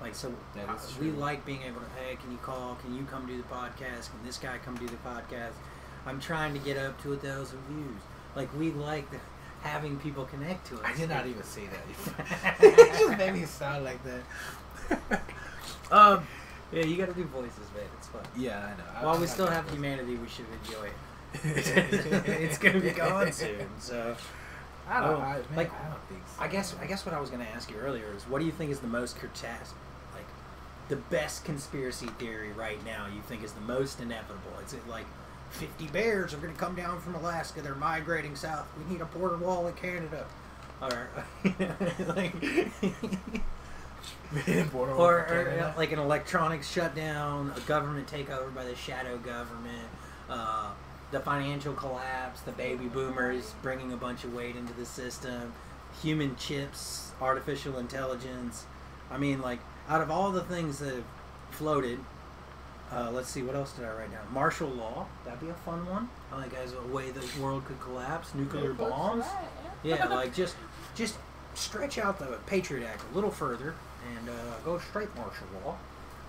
S2: Like so,
S1: That
S2: uh,
S1: is
S2: we
S1: true.
S2: like being able to. Hey, can you call? Can you come do the podcast? Can this guy come do the podcast? I'm trying to get up to a thousand views. Like we like the, having people connect to us.
S1: I did not even say that. it just made me sound like that. um.
S2: Yeah, you got to do voices, man. It's fun.
S1: Yeah, I know. I-
S2: While
S1: I'm
S2: we
S1: not
S2: still
S1: gonna
S2: have
S1: do
S2: humanity, we should enjoy it.
S1: it.
S2: it's gonna be gone soon. So
S1: I don't.
S2: Oh,
S1: I, man,
S2: like,
S1: I don't think so.
S2: I guess I guess what I was gonna ask you earlier is what do you think is the most curtas- like the best conspiracy theory right now you think is the most inevitable? Is it like fifty bears are gonna come down from Alaska, they're migrating south, we need a border wall in Canada. Or like
S1: Border
S2: or,
S1: Wall
S2: or
S1: Canada.
S2: uh, like an electronics shutdown, a government takeover by the shadow government, uh, the financial collapse, the baby boomers bringing a bunch of weight into the system, human chips, artificial intelligence. I mean, like out of all the things that have floated, uh, let's see what else did I write down. Martial law, that'd be a fun one. I Like as a way the world could collapse, nuclear
S3: Close to
S2: bombs.
S3: that,
S2: Yeah, like just just stretch out the Patriot Act a little further and uh, go straight martial law.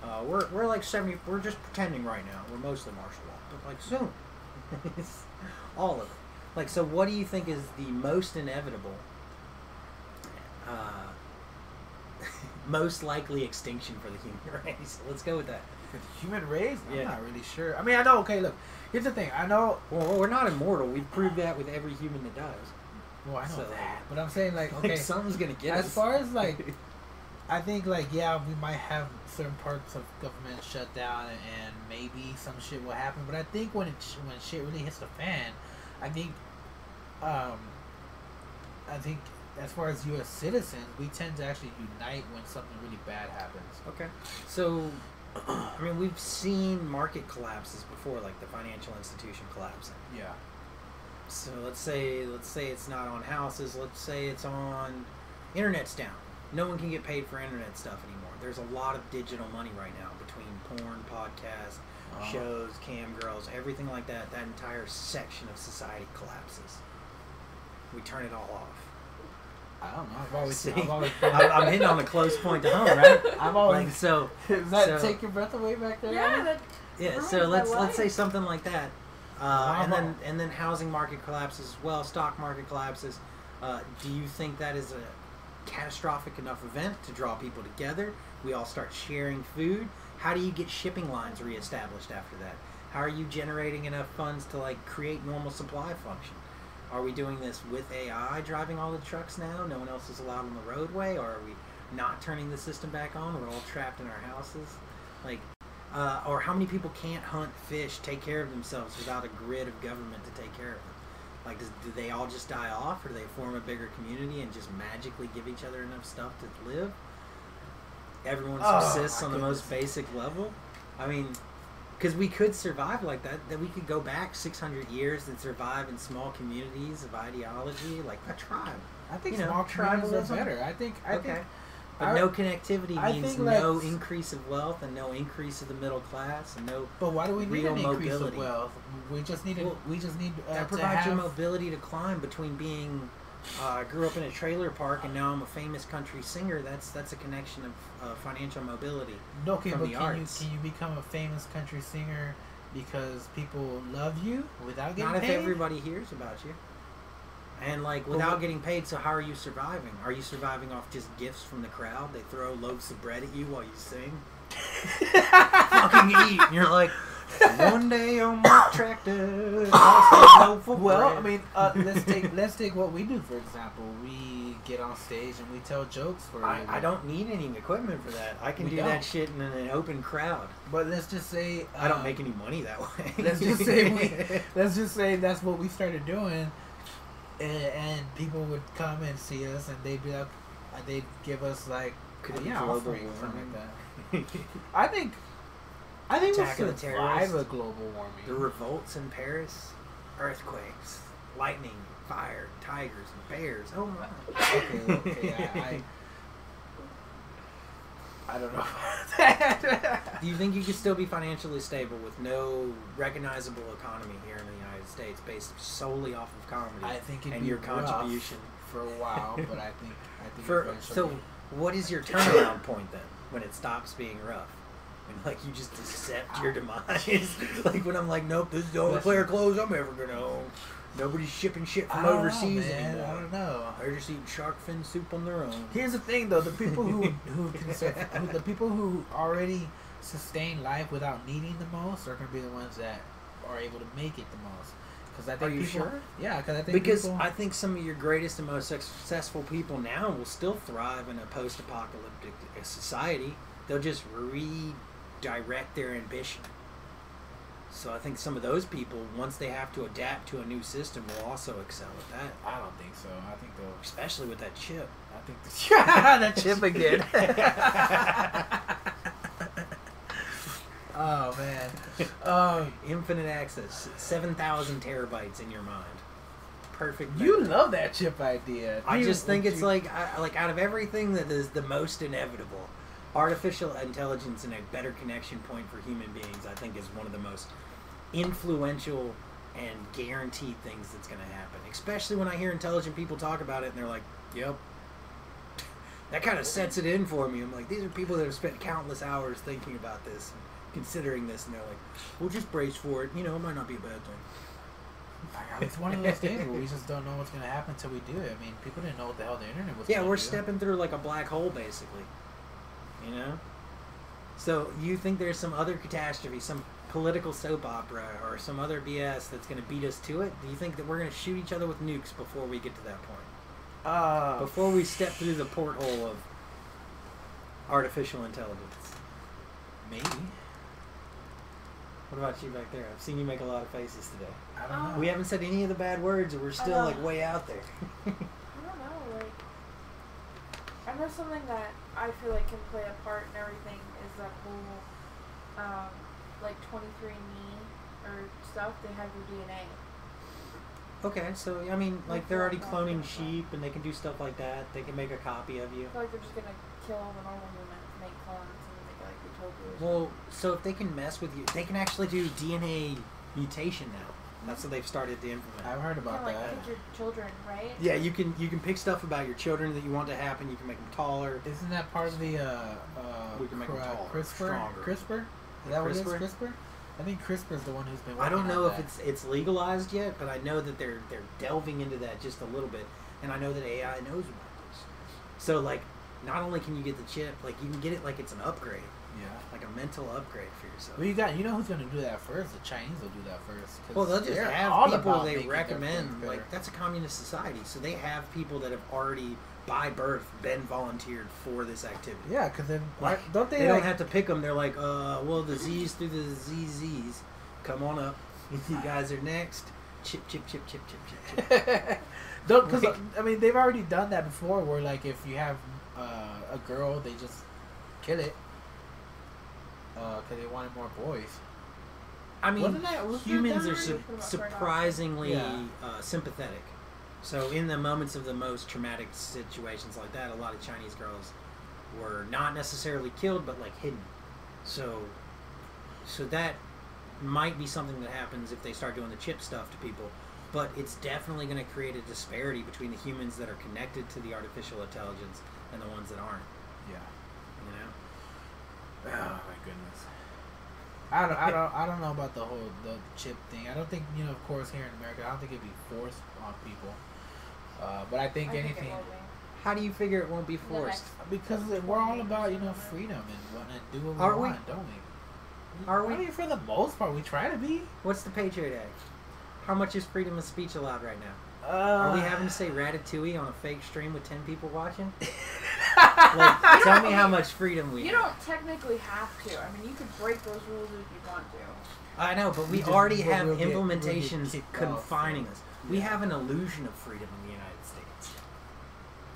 S2: Uh, we're, we're like 70, we're just pretending right now. We're mostly martial law, but like soon. It's all of it. Like, so what do you think is the most inevitable, uh, most likely extinction for the human race? Let's go with that.
S1: For the human race? I'm
S2: Yeah.
S1: not really sure. I mean, I know. Okay, look. Here's the thing. I know.
S2: Well, we're not immortal. We've proved that with every human that dies.
S1: Well, I know
S2: So-
S1: that. But I'm saying, like,
S2: Like,
S1: okay.
S2: something's going to get
S1: as
S2: us.
S1: far as like, I think like yeah, we might have certain parts of government shut down, and maybe some shit will happen. But I think when it sh- when shit really hits the fan, I think, um, I think as far as U.S. citizens, we tend to actually unite when something really bad happens.
S2: Okay. So, I mean, we've seen market collapses before, like the financial institution collapsing.
S1: Yeah.
S2: So let's say let's say it's not on houses. Let's say it's on internet's down. No one can get paid for internet stuff anymore. There's a lot of digital money right now between porn, podcasts,
S1: Uh-huh.
S2: shows, cam girls, everything like that. That entire section of society collapses. We turn it all off.
S1: I don't know. I've always
S2: See,
S1: seen. I've always.
S2: I'm, I'm hitting on a close point to home, right?
S1: I've
S2: Like
S1: always.
S2: so,
S1: Does that
S2: so-
S1: take your breath away back there?
S3: Yeah, that,
S2: Yeah,
S3: Ruins
S2: so
S3: my
S2: let's let's say
S3: life.
S2: something like that, uh, and then and then housing market collapses as well, stock market collapses. Uh, do you think that is a catastrophic enough event to draw people together? We all start sharing food. How do you get shipping lines reestablished after that? How are you generating enough funds to like create normal supply function? Are we doing this with AI driving all the trucks now? No one else is allowed on the roadway, or are we not turning the system back on? We're all trapped in our houses, like, uh, or how many people can't hunt, fish, take care of themselves without a grid of government to take care of them? Like, does, do they all just die off, or do they form a bigger community and just magically give each other enough stuff to live? Everyone
S1: Oh,
S2: subsists
S1: my
S2: on the most basic level. I mean, because we could survive like that. That we could go back 600 years and survive in small communities of ideology, like a tribe.
S1: I think
S2: You know,
S1: small tribes are
S2: tribalism.
S1: better. I think. I
S2: okay.
S1: think.
S2: but
S1: I-
S2: no connectivity
S1: I
S2: means
S1: think, like,
S2: no
S1: s-
S2: increase of wealth and no increase of the middle class and no.
S1: But why do we need
S2: real
S1: an increase of
S2: mobility.
S1: wealth? We just need. A,
S2: Well,
S1: we just need uh,
S2: That
S1: to
S2: provides your
S1: have-
S2: mobility to climb between being. Uh, I grew up in a trailer park and now I'm a famous country singer. That's that's a connection of uh, financial mobility.
S1: No, okay,
S2: from
S1: but
S2: the
S1: can
S2: arts.
S1: you can you become a famous country singer because people love you without getting
S2: Not
S1: paid?
S2: if everybody hears about you. And like
S1: But
S2: without
S1: what-
S2: getting paid, so how are you surviving? Are you surviving off just gifts from the crowd? They throw loaves of bread at you while you sing. Fucking eat, and you're like, one day on my tractor. I'll sell loaf of
S1: well, I
S2: bread."
S1: mean, uh, let's take let's take what we do for example. We get on stage and we tell jokes for. a
S2: I,
S1: living.
S2: I don't need any equipment for that. I can
S1: We
S2: do
S1: don't.
S2: that shit in an open crowd.
S1: But let's just say uh,
S2: I don't make any money that way.
S1: Let's just say we. Let's just say that's what we started doing, and, and people would come and see us, and they'd be like, they'd uh, give us like
S2: Could it
S5: Yeah,
S2: be
S5: I'll
S2: global
S5: think
S2: warming?
S1: I think. I think
S2: Attack
S1: we'll
S2: of the
S1: survive
S2: terrorists.
S1: a global
S2: the
S1: warming.
S2: revolts in Paris, earthquakes, lightning, fire, tigers, and bears. Oh my!
S1: okay, okay. I, I, I don't know about that.
S2: Do you think you could still be financially stable with no recognizable economy here in the United States, based solely off of comedy
S1: I think it'd
S2: and
S1: be
S2: your
S1: rough
S2: contribution?
S1: for a while, but I think I think
S2: For
S1: eventually-
S2: so, what is your turnaround point then? When it stops being rough, and like you just accept your demise. like when I'm like, nope, this is the only
S1: Listen.
S2: player clothes I'm ever gonna own. Nobody's shipping shit
S1: I
S2: from
S1: don't know,
S2: overseas
S1: Oh, man, I
S2: anymore.
S1: don't know.
S2: They're just eating shark fin soup on their own.
S1: Here's the thing, though: the people who who can sur- who, the people who already sustain life without needing the most are gonna be the ones that are able to make it the most. Because I think
S2: you
S1: people,
S2: sure?
S1: Yeah, because I think
S2: Because
S1: people,
S2: I think some of your greatest and most successful people now will still thrive in a post-apocalyptic society. They'll just redirect their ambition. So I think some of those people, once they have to adapt to a new system, will also excel at that.
S1: I don't think so. I think they'll.
S2: Especially with that chip.
S1: I think that chip again. oh man. Um,
S2: Infinite access, seven thousand terabytes in your mind. Perfect.
S1: you
S2: memory.
S1: love that chip idea.
S2: I
S1: You-
S2: just think it's
S1: you-
S2: like I, like out of everything that is the most inevitable, artificial intelligence and a better connection point for human beings. I think is one of the most influential and guaranteed things that's going to happen. Especially when I hear intelligent people talk about it and they're like, "Yep." That kind of sets it in for me. I'm like, these are people that have spent countless hours thinking about this, and considering this, and they're like, "We'll just brace for it." You know, it might not be a bad thing.
S1: It's one of those things where we just don't know what's gonna happen until we do it. I mean, people didn't know what the hell the internet was.
S2: Yeah,
S1: gonna
S2: we're
S1: do.
S2: stepping through like a black hole, basically. You know. So you think there's some other catastrophe, some political soap opera, or some other BS that's going to beat us to it? Do you think that we're going to shoot each other with nukes before we get to that point?
S1: Uh,
S2: Before we step through the porthole of artificial intelligence?
S1: maybe.
S2: What about you back there? I've seen you make a lot of faces today.
S1: I don't know.
S2: Oh. We haven't said any of the bad words, and we're still
S3: Uh,
S2: like way out there.
S3: I don't know, like I know something that I feel like can play a part in everything is that whole um like twenty three me or stuff, they have your DNA.
S2: okay, so I mean, like they're already cloning sheep, and they can do stuff like that. They can make a copy of you.
S3: I feel like they're just gonna kill the normal humans, make clones and then make like utopias.
S2: Well, so if they can mess with you, they can actually do DNA mutation now. That's what they've started to implement.
S1: I've heard
S3: you can
S1: about
S3: like
S1: that.
S3: pick your children, right?
S2: Yeah, you can you can pick stuff about your children that you want to happen. You can make them taller.
S1: Isn't that part of the uh, uh,
S2: We can make
S1: cr-
S2: 'em
S1: uh,
S2: taller,
S1: CRISPR?
S2: stronger.
S1: CRISPR? Is that what
S2: CRISPR?
S1: it is? CRISPR? I think CRISPR is the one who's been.
S2: I don't
S1: working on
S2: know if
S1: that.
S2: it's it's legalized yet, but I know that they're they're delving into that just a little bit, and I know that AI knows about this. So like, not only can you get the chip, like you can get it like it's an upgrade,
S1: Yeah.
S2: like a mental upgrade for yourself.
S1: Well, you got. You know who's gonna do that first? The Chinese will do that first. 'cause
S2: Well, they'll just
S1: they're
S2: have
S1: all
S2: people
S1: about
S2: they
S1: making their things
S2: recommend.
S1: better.
S2: Like that's a communist society, so they have people that have already by birth been volunteered for this activity.
S1: Yeah, because then
S2: Like,
S1: why- don't they,
S2: They don't
S1: like,
S2: have to pick them. They're like, uh, well, the Z's through the ZZs, come on up. You guys are next. Chip, chip, chip, chip, chip, chip, chip.
S1: don't because
S2: Like-
S1: I mean they've already done that before. Where like if you have uh, a girl, they just kill it because they wanted more boys.
S2: I mean,
S1: Wasn't that- was that
S2: humans
S1: done
S2: are
S1: already?
S2: su- surprisingly uh, sympathetic. So in the moments of the most traumatic situations like that, a lot of Chinese girls were not necessarily killed, but like hidden. So, so that might be something that happens if they start doing the chip stuff to people. But it's definitely going to create a disparity between the humans that are connected to the artificial intelligence and the ones that aren't.
S1: Yeah.
S2: You know,
S1: Oh my goodness. I don't, I don't, I don't know about the whole the chip thing. I don't think you know. Of course, here in America, I don't think it'd be forced on people. Uh, but I
S3: I
S1: think
S3: think it
S1: anything
S3: will be.
S2: how do you figure it won't be
S3: The
S2: forced?
S3: next-
S1: because we're all about you know freedom and wanting to do what we
S2: Are we?
S1: want, don't we?
S2: Are
S1: I
S2: we?
S1: mean, for the most part, we try to be.
S2: What's the Patriot Act? How much is freedom of speech allowed right now?
S1: Uh,
S2: Are we having to say ratatouille on a fake stream with 10 people watching? Like, tell me how much freedom we
S3: You
S2: have.
S3: don't technically have to. I mean you could break those rules if you want to.
S2: I know, but
S1: We
S2: we
S1: just-
S2: already
S1: we'll-
S2: have
S1: we'll get- we'll get
S2: implementations
S1: kicked off.
S2: confining us. We
S1: Yeah.
S2: have an illusion of freedom in the United States.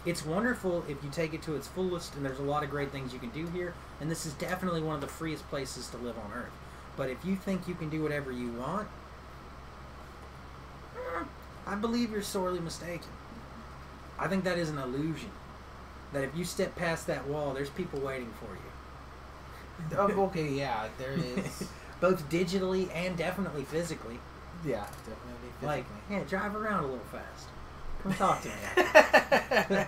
S2: It's wonderful if you take it to its fullest, and there's a lot of great things you can do here. And this is definitely one of the freest places to live on Earth. But if you think you can do whatever you want, eh, I believe you're sorely mistaken. I think that is an illusion. That if you step past that wall, there's people waiting for you,
S1: Um, okay, yeah, there is.
S2: both digitally and definitely physically.
S1: yeah, definitely.
S2: Like, yeah, drive around a little fast. Come talk to me.
S1: physically.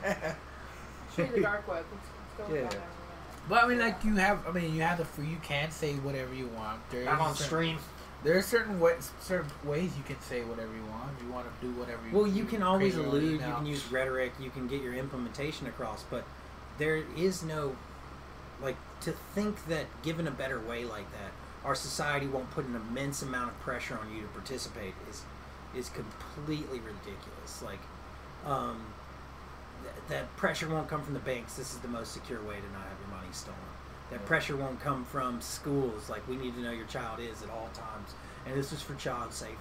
S3: Show you the dark web. Let's, let's go
S2: Yeah.
S3: yeah.
S1: but I mean, like you have. I mean, you have the free. You can say whatever you want. There is
S2: I'm on
S1: certain-
S2: stream.
S1: There are certain ways, certain ways you can say whatever you want. If you want to do whatever you.
S2: Well, you can always
S1: create your own
S2: allude. You
S1: email.
S2: can use rhetoric. You can get your implementation across. But there is no, like, to think that given a better way like that, our society won't put an immense amount of pressure on you to participate is is completely ridiculous. Like, um, th- that pressure won't come from the banks. This is the most secure way to not have your money stolen. That
S1: Yeah.
S2: pressure won't come from schools. Like, we need to know your child is at all times, and this is for child safety.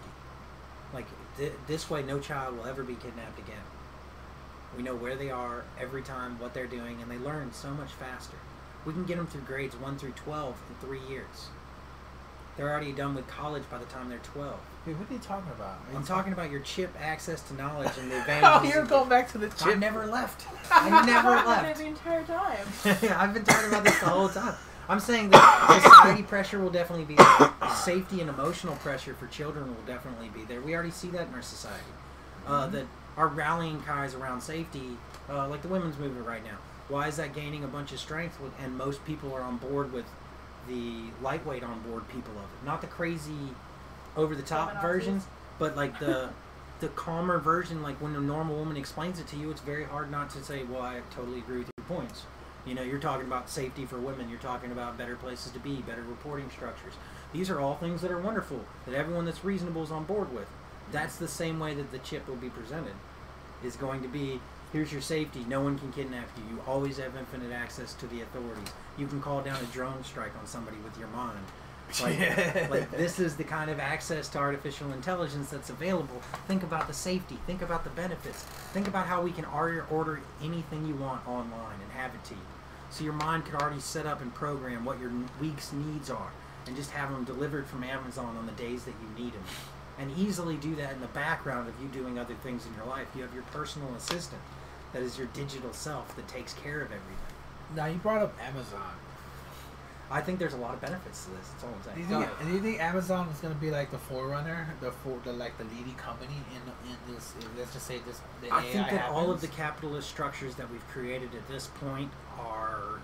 S2: Like th- this way, no child will ever be kidnapped again. We know where they are every time, what they're doing, and they learn so much faster. We can get them through grades one through twelve in three years. They're already done with college by the time they're twelve.
S1: Wait, what are you talking about? Are you
S2: I'm talking about your chip access to knowledge and the advantages.
S1: Oh, you're
S2: it
S1: going back to the
S2: gives. I
S1: chip.
S2: never left. I never left.
S3: The entire time.
S2: I've been talking about this the whole time. I'm saying that society pressure will definitely be there. Safety and emotional pressure for children will definitely be there. We already see that in our society. Uh, that our rallying cries around safety, uh, like the women's movement right now, why is that gaining a bunch of strength? With, and most people are on board with the lightweight on board people of it, not the crazy, over the top
S3: Feminazis.
S2: versions, but like the the calmer version. Like when a normal woman explains it to you, it's very hard not to say, "Well, I totally agree with your points." You know, you're talking about safety for women. You're talking about better places to be, better reporting structures. These are all things that are wonderful that everyone that's reasonable is on board with. That's the same way that the chip will be presented. Is going to be here's your safety. No one can kidnap you. You always have infinite access to the authorities. You can call down a drone strike on somebody with your mind. Like, like this is the kind of access to artificial intelligence that's available. Think about the safety. Think about the benefits. Think about how we can order, order anything you want online and have it to you. So your mind could already set up and program what your week's needs are, and just have them delivered from Amazon on the days that you need them, and easily do that in the background of you doing other things in your life. You have your personal assistant, that is your digital self that takes care of everything.
S1: Now you brought up Amazon.
S2: I think there's a lot of benefits to this. That's all I'm saying.
S1: Do you think, do you think Amazon is gonna be like the forerunner, the for the like the leading company in in this? in- Let's just say this. The
S2: I
S1: AI
S2: think that all of the
S1: happens?
S2: capitalist structures that we've created at this point are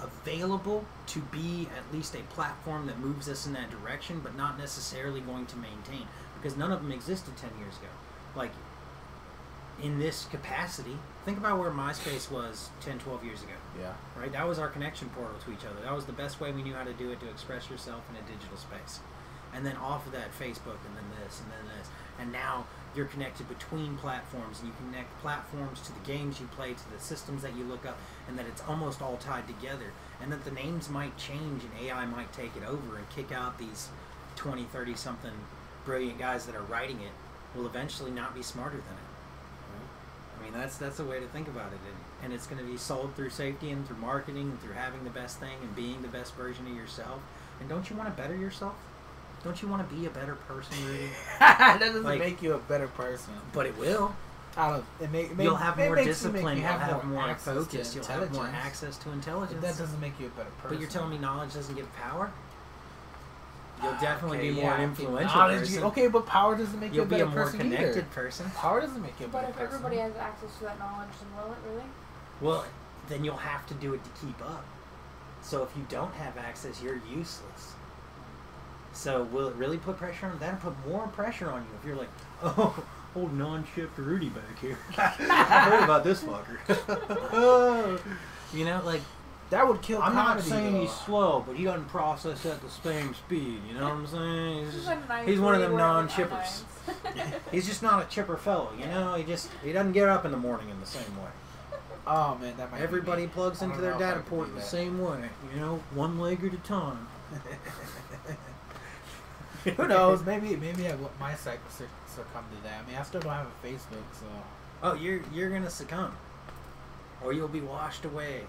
S2: available to be at least a platform that moves us in that direction, but not necessarily going to maintain because none of them existed 10 years ago. Like, in this capacity, think about where MySpace was 10, 12 years ago
S1: yeah.
S2: right? That was our connection portal to each other. That was the best way we knew how to do it to express yourself in a digital space. And then off of that, Facebook, and then this, and then this, and now you're connected between platforms, and you connect platforms to the games you play, to the systems that you look up, and that it's almost all tied together. And that the names might change, and AI might take it over and kick out these 20, 30 something brilliant guys that are writing it. Will eventually not be smarter than it. I mean, that's that's a way to think about it, and, and it's going to be sold through safety and through marketing and through having the best thing and being the best version of yourself. And don't you want to better yourself? Don't you want to be a better person, Rudy?
S1: that doesn't
S2: Like-
S1: make you a better person.
S2: But it will.
S1: Out of it, make, it
S2: You'll
S1: make-
S2: have
S1: it
S2: more
S1: makes you- make
S2: discipline.
S1: You
S2: You'll
S1: have,
S2: have more
S1: access to
S2: focus. You'll have more
S1: intelligence.
S2: access to
S1: But
S2: intelligence.
S1: that doesn't make you a better person.
S2: but you're telling me knowledge doesn't give power. You'll definitely
S1: Ah, Okay,
S2: be more
S1: yeah,
S2: an influential
S1: knowledge-
S2: person.
S1: Okay, but power doesn't make you
S2: You'll
S1: a
S2: be
S1: better
S2: a more
S1: person either.
S2: connected person.
S1: Power doesn't make you a
S3: But
S1: better
S3: if
S1: person.
S3: everybody has access to that knowledge, then will it really?
S2: Well, then you'll have to do it to keep up. So if you don't have access, you're useless. So will it really put pressure on? That'll put more pressure on you if you're like, oh, old non-shift Rudy back here. I heard about this fucker. you know, like
S1: that would kill.
S2: I'm not
S1: comedy,
S2: saying
S1: though.
S2: he's slow, but he doesn't process at the same speed. You know what I'm saying? He's
S3: This is
S2: just-
S3: a nice
S2: he's one of
S3: way
S2: them
S3: where I'm
S2: non-chippers.
S3: nines.
S2: He's just not a chipper fellow, you know. He just he doesn't get up in the morning in the same way.
S1: Oh man, that might. be
S2: Everybody
S1: me.
S2: plugs
S1: I
S2: into
S1: don't
S2: their
S1: know if I
S2: data
S1: could
S2: port
S1: do
S2: the
S1: that.
S2: same way, you know, one leg at a time.
S1: Who knows? Maybe maybe I will, my psych succ- succumb to that. I mean, I still don't have a Facebook, so
S2: Oh, you're you're gonna succumb, or you'll be washed away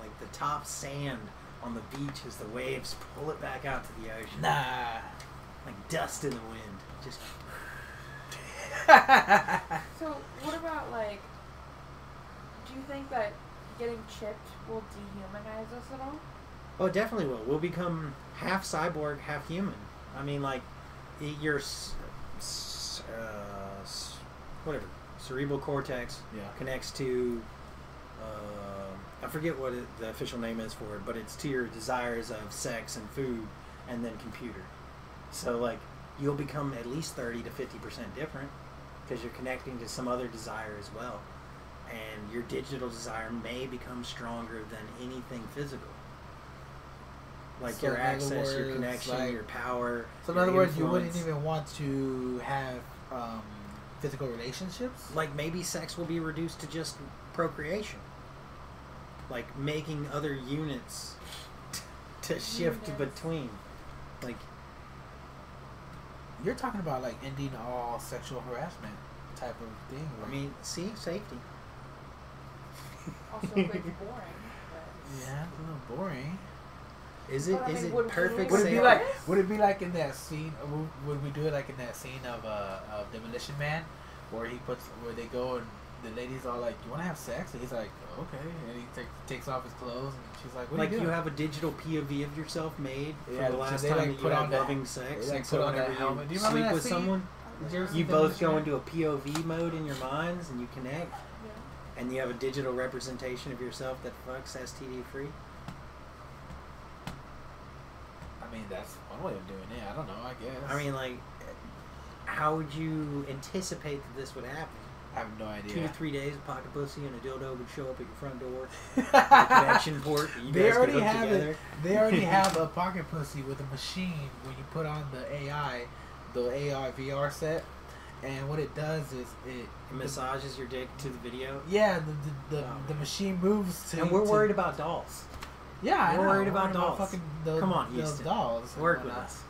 S2: like the top sand on the beach as the waves pull it back out to the ocean.
S1: Nah.
S2: like dust in the wind. Just
S3: So what about like? Do you think that getting chipped will dehumanize us at all?
S2: oh, it definitely will. We'll become half cyborg, half human. I mean, like y- your s- s- uh, s- whatever cerebral cortex
S1: Yeah.
S2: connects to uh, I forget what it, the official name is for it, but it's to your desires of sex and food, and then computer. So like you'll become at least thirty to fifty percent different because you're connecting to some other desire as well, and your digital desire may become stronger than anything physical. Like
S1: So
S2: your
S1: in other
S2: access, your
S1: words,
S2: connection,
S1: like-
S2: your power.
S1: So in
S2: your
S1: other words, you
S2: influence.
S1: wouldn't even want to have um, physical relationships.
S2: like maybe sex will be reduced to just procreation like making other units t- to shift
S3: Units.
S2: between like
S1: You're talking about like ending all sexual harassment type of thing.
S2: i
S1: right?
S2: mean see safety
S3: Also, it's boring. But...
S1: yeah, it's a little boring.
S2: is it
S3: But I
S2: is
S3: mean,
S2: it
S3: would
S2: perfect
S3: we-
S1: Would it
S2: safety?
S1: be
S3: Say
S1: like?
S3: yes?
S1: Would it be like in that scene? uh, Would, would we do it like in that scene of uh, of Demolition Man, where he puts where they go and the ladies all like, "You want to have sex?" And he's like, "Okay," and he take, takes off his clothes and she's like, "What
S2: like
S1: are you
S2: you,
S1: doing?"
S2: have a digital POV of yourself made from
S1: Yeah,
S2: the
S1: so
S2: last
S1: they,
S2: time
S1: like,
S2: that you
S1: put
S2: had
S1: on that-
S2: loving
S1: they,
S2: sex.
S1: like,
S2: and
S1: put
S2: so
S1: on that
S2: whenever
S1: helmet. Do
S2: you
S1: you remember
S2: sleep
S1: that
S2: with
S1: scene?
S2: someone,
S1: Did you ever see
S2: you both go
S1: Demolition
S2: into a POV mode in your minds and you connect,
S3: Yeah.
S2: and you have a digital representation of yourself that fucks STD free.
S1: Man? I mean, that's one way of doing it. I don't know. I guess.
S2: I mean, like, how would you anticipate that this would happen?
S1: I have no
S2: Two to
S1: idea.
S2: three days, a pocket pussy and a dildo would show up at your front door, connection port. that You
S1: They
S2: guys could
S1: already
S2: hook
S1: have it.
S2: together.
S1: They already have a pocket pussy with a machine when you put on the AI, the AR VR set, and what it does is it
S2: It massages your dick to the video.
S1: yeah the the, the,
S2: Oh,
S1: the
S2: man.
S1: machine moves to
S2: And we're
S1: to-
S2: worried about dolls.
S1: yeah I
S2: we're
S1: know,
S2: worried about dolls.
S1: fucking the,
S2: Come on,
S1: those
S2: Houston.
S1: dolls and
S2: Work with
S1: whatnot.
S2: us.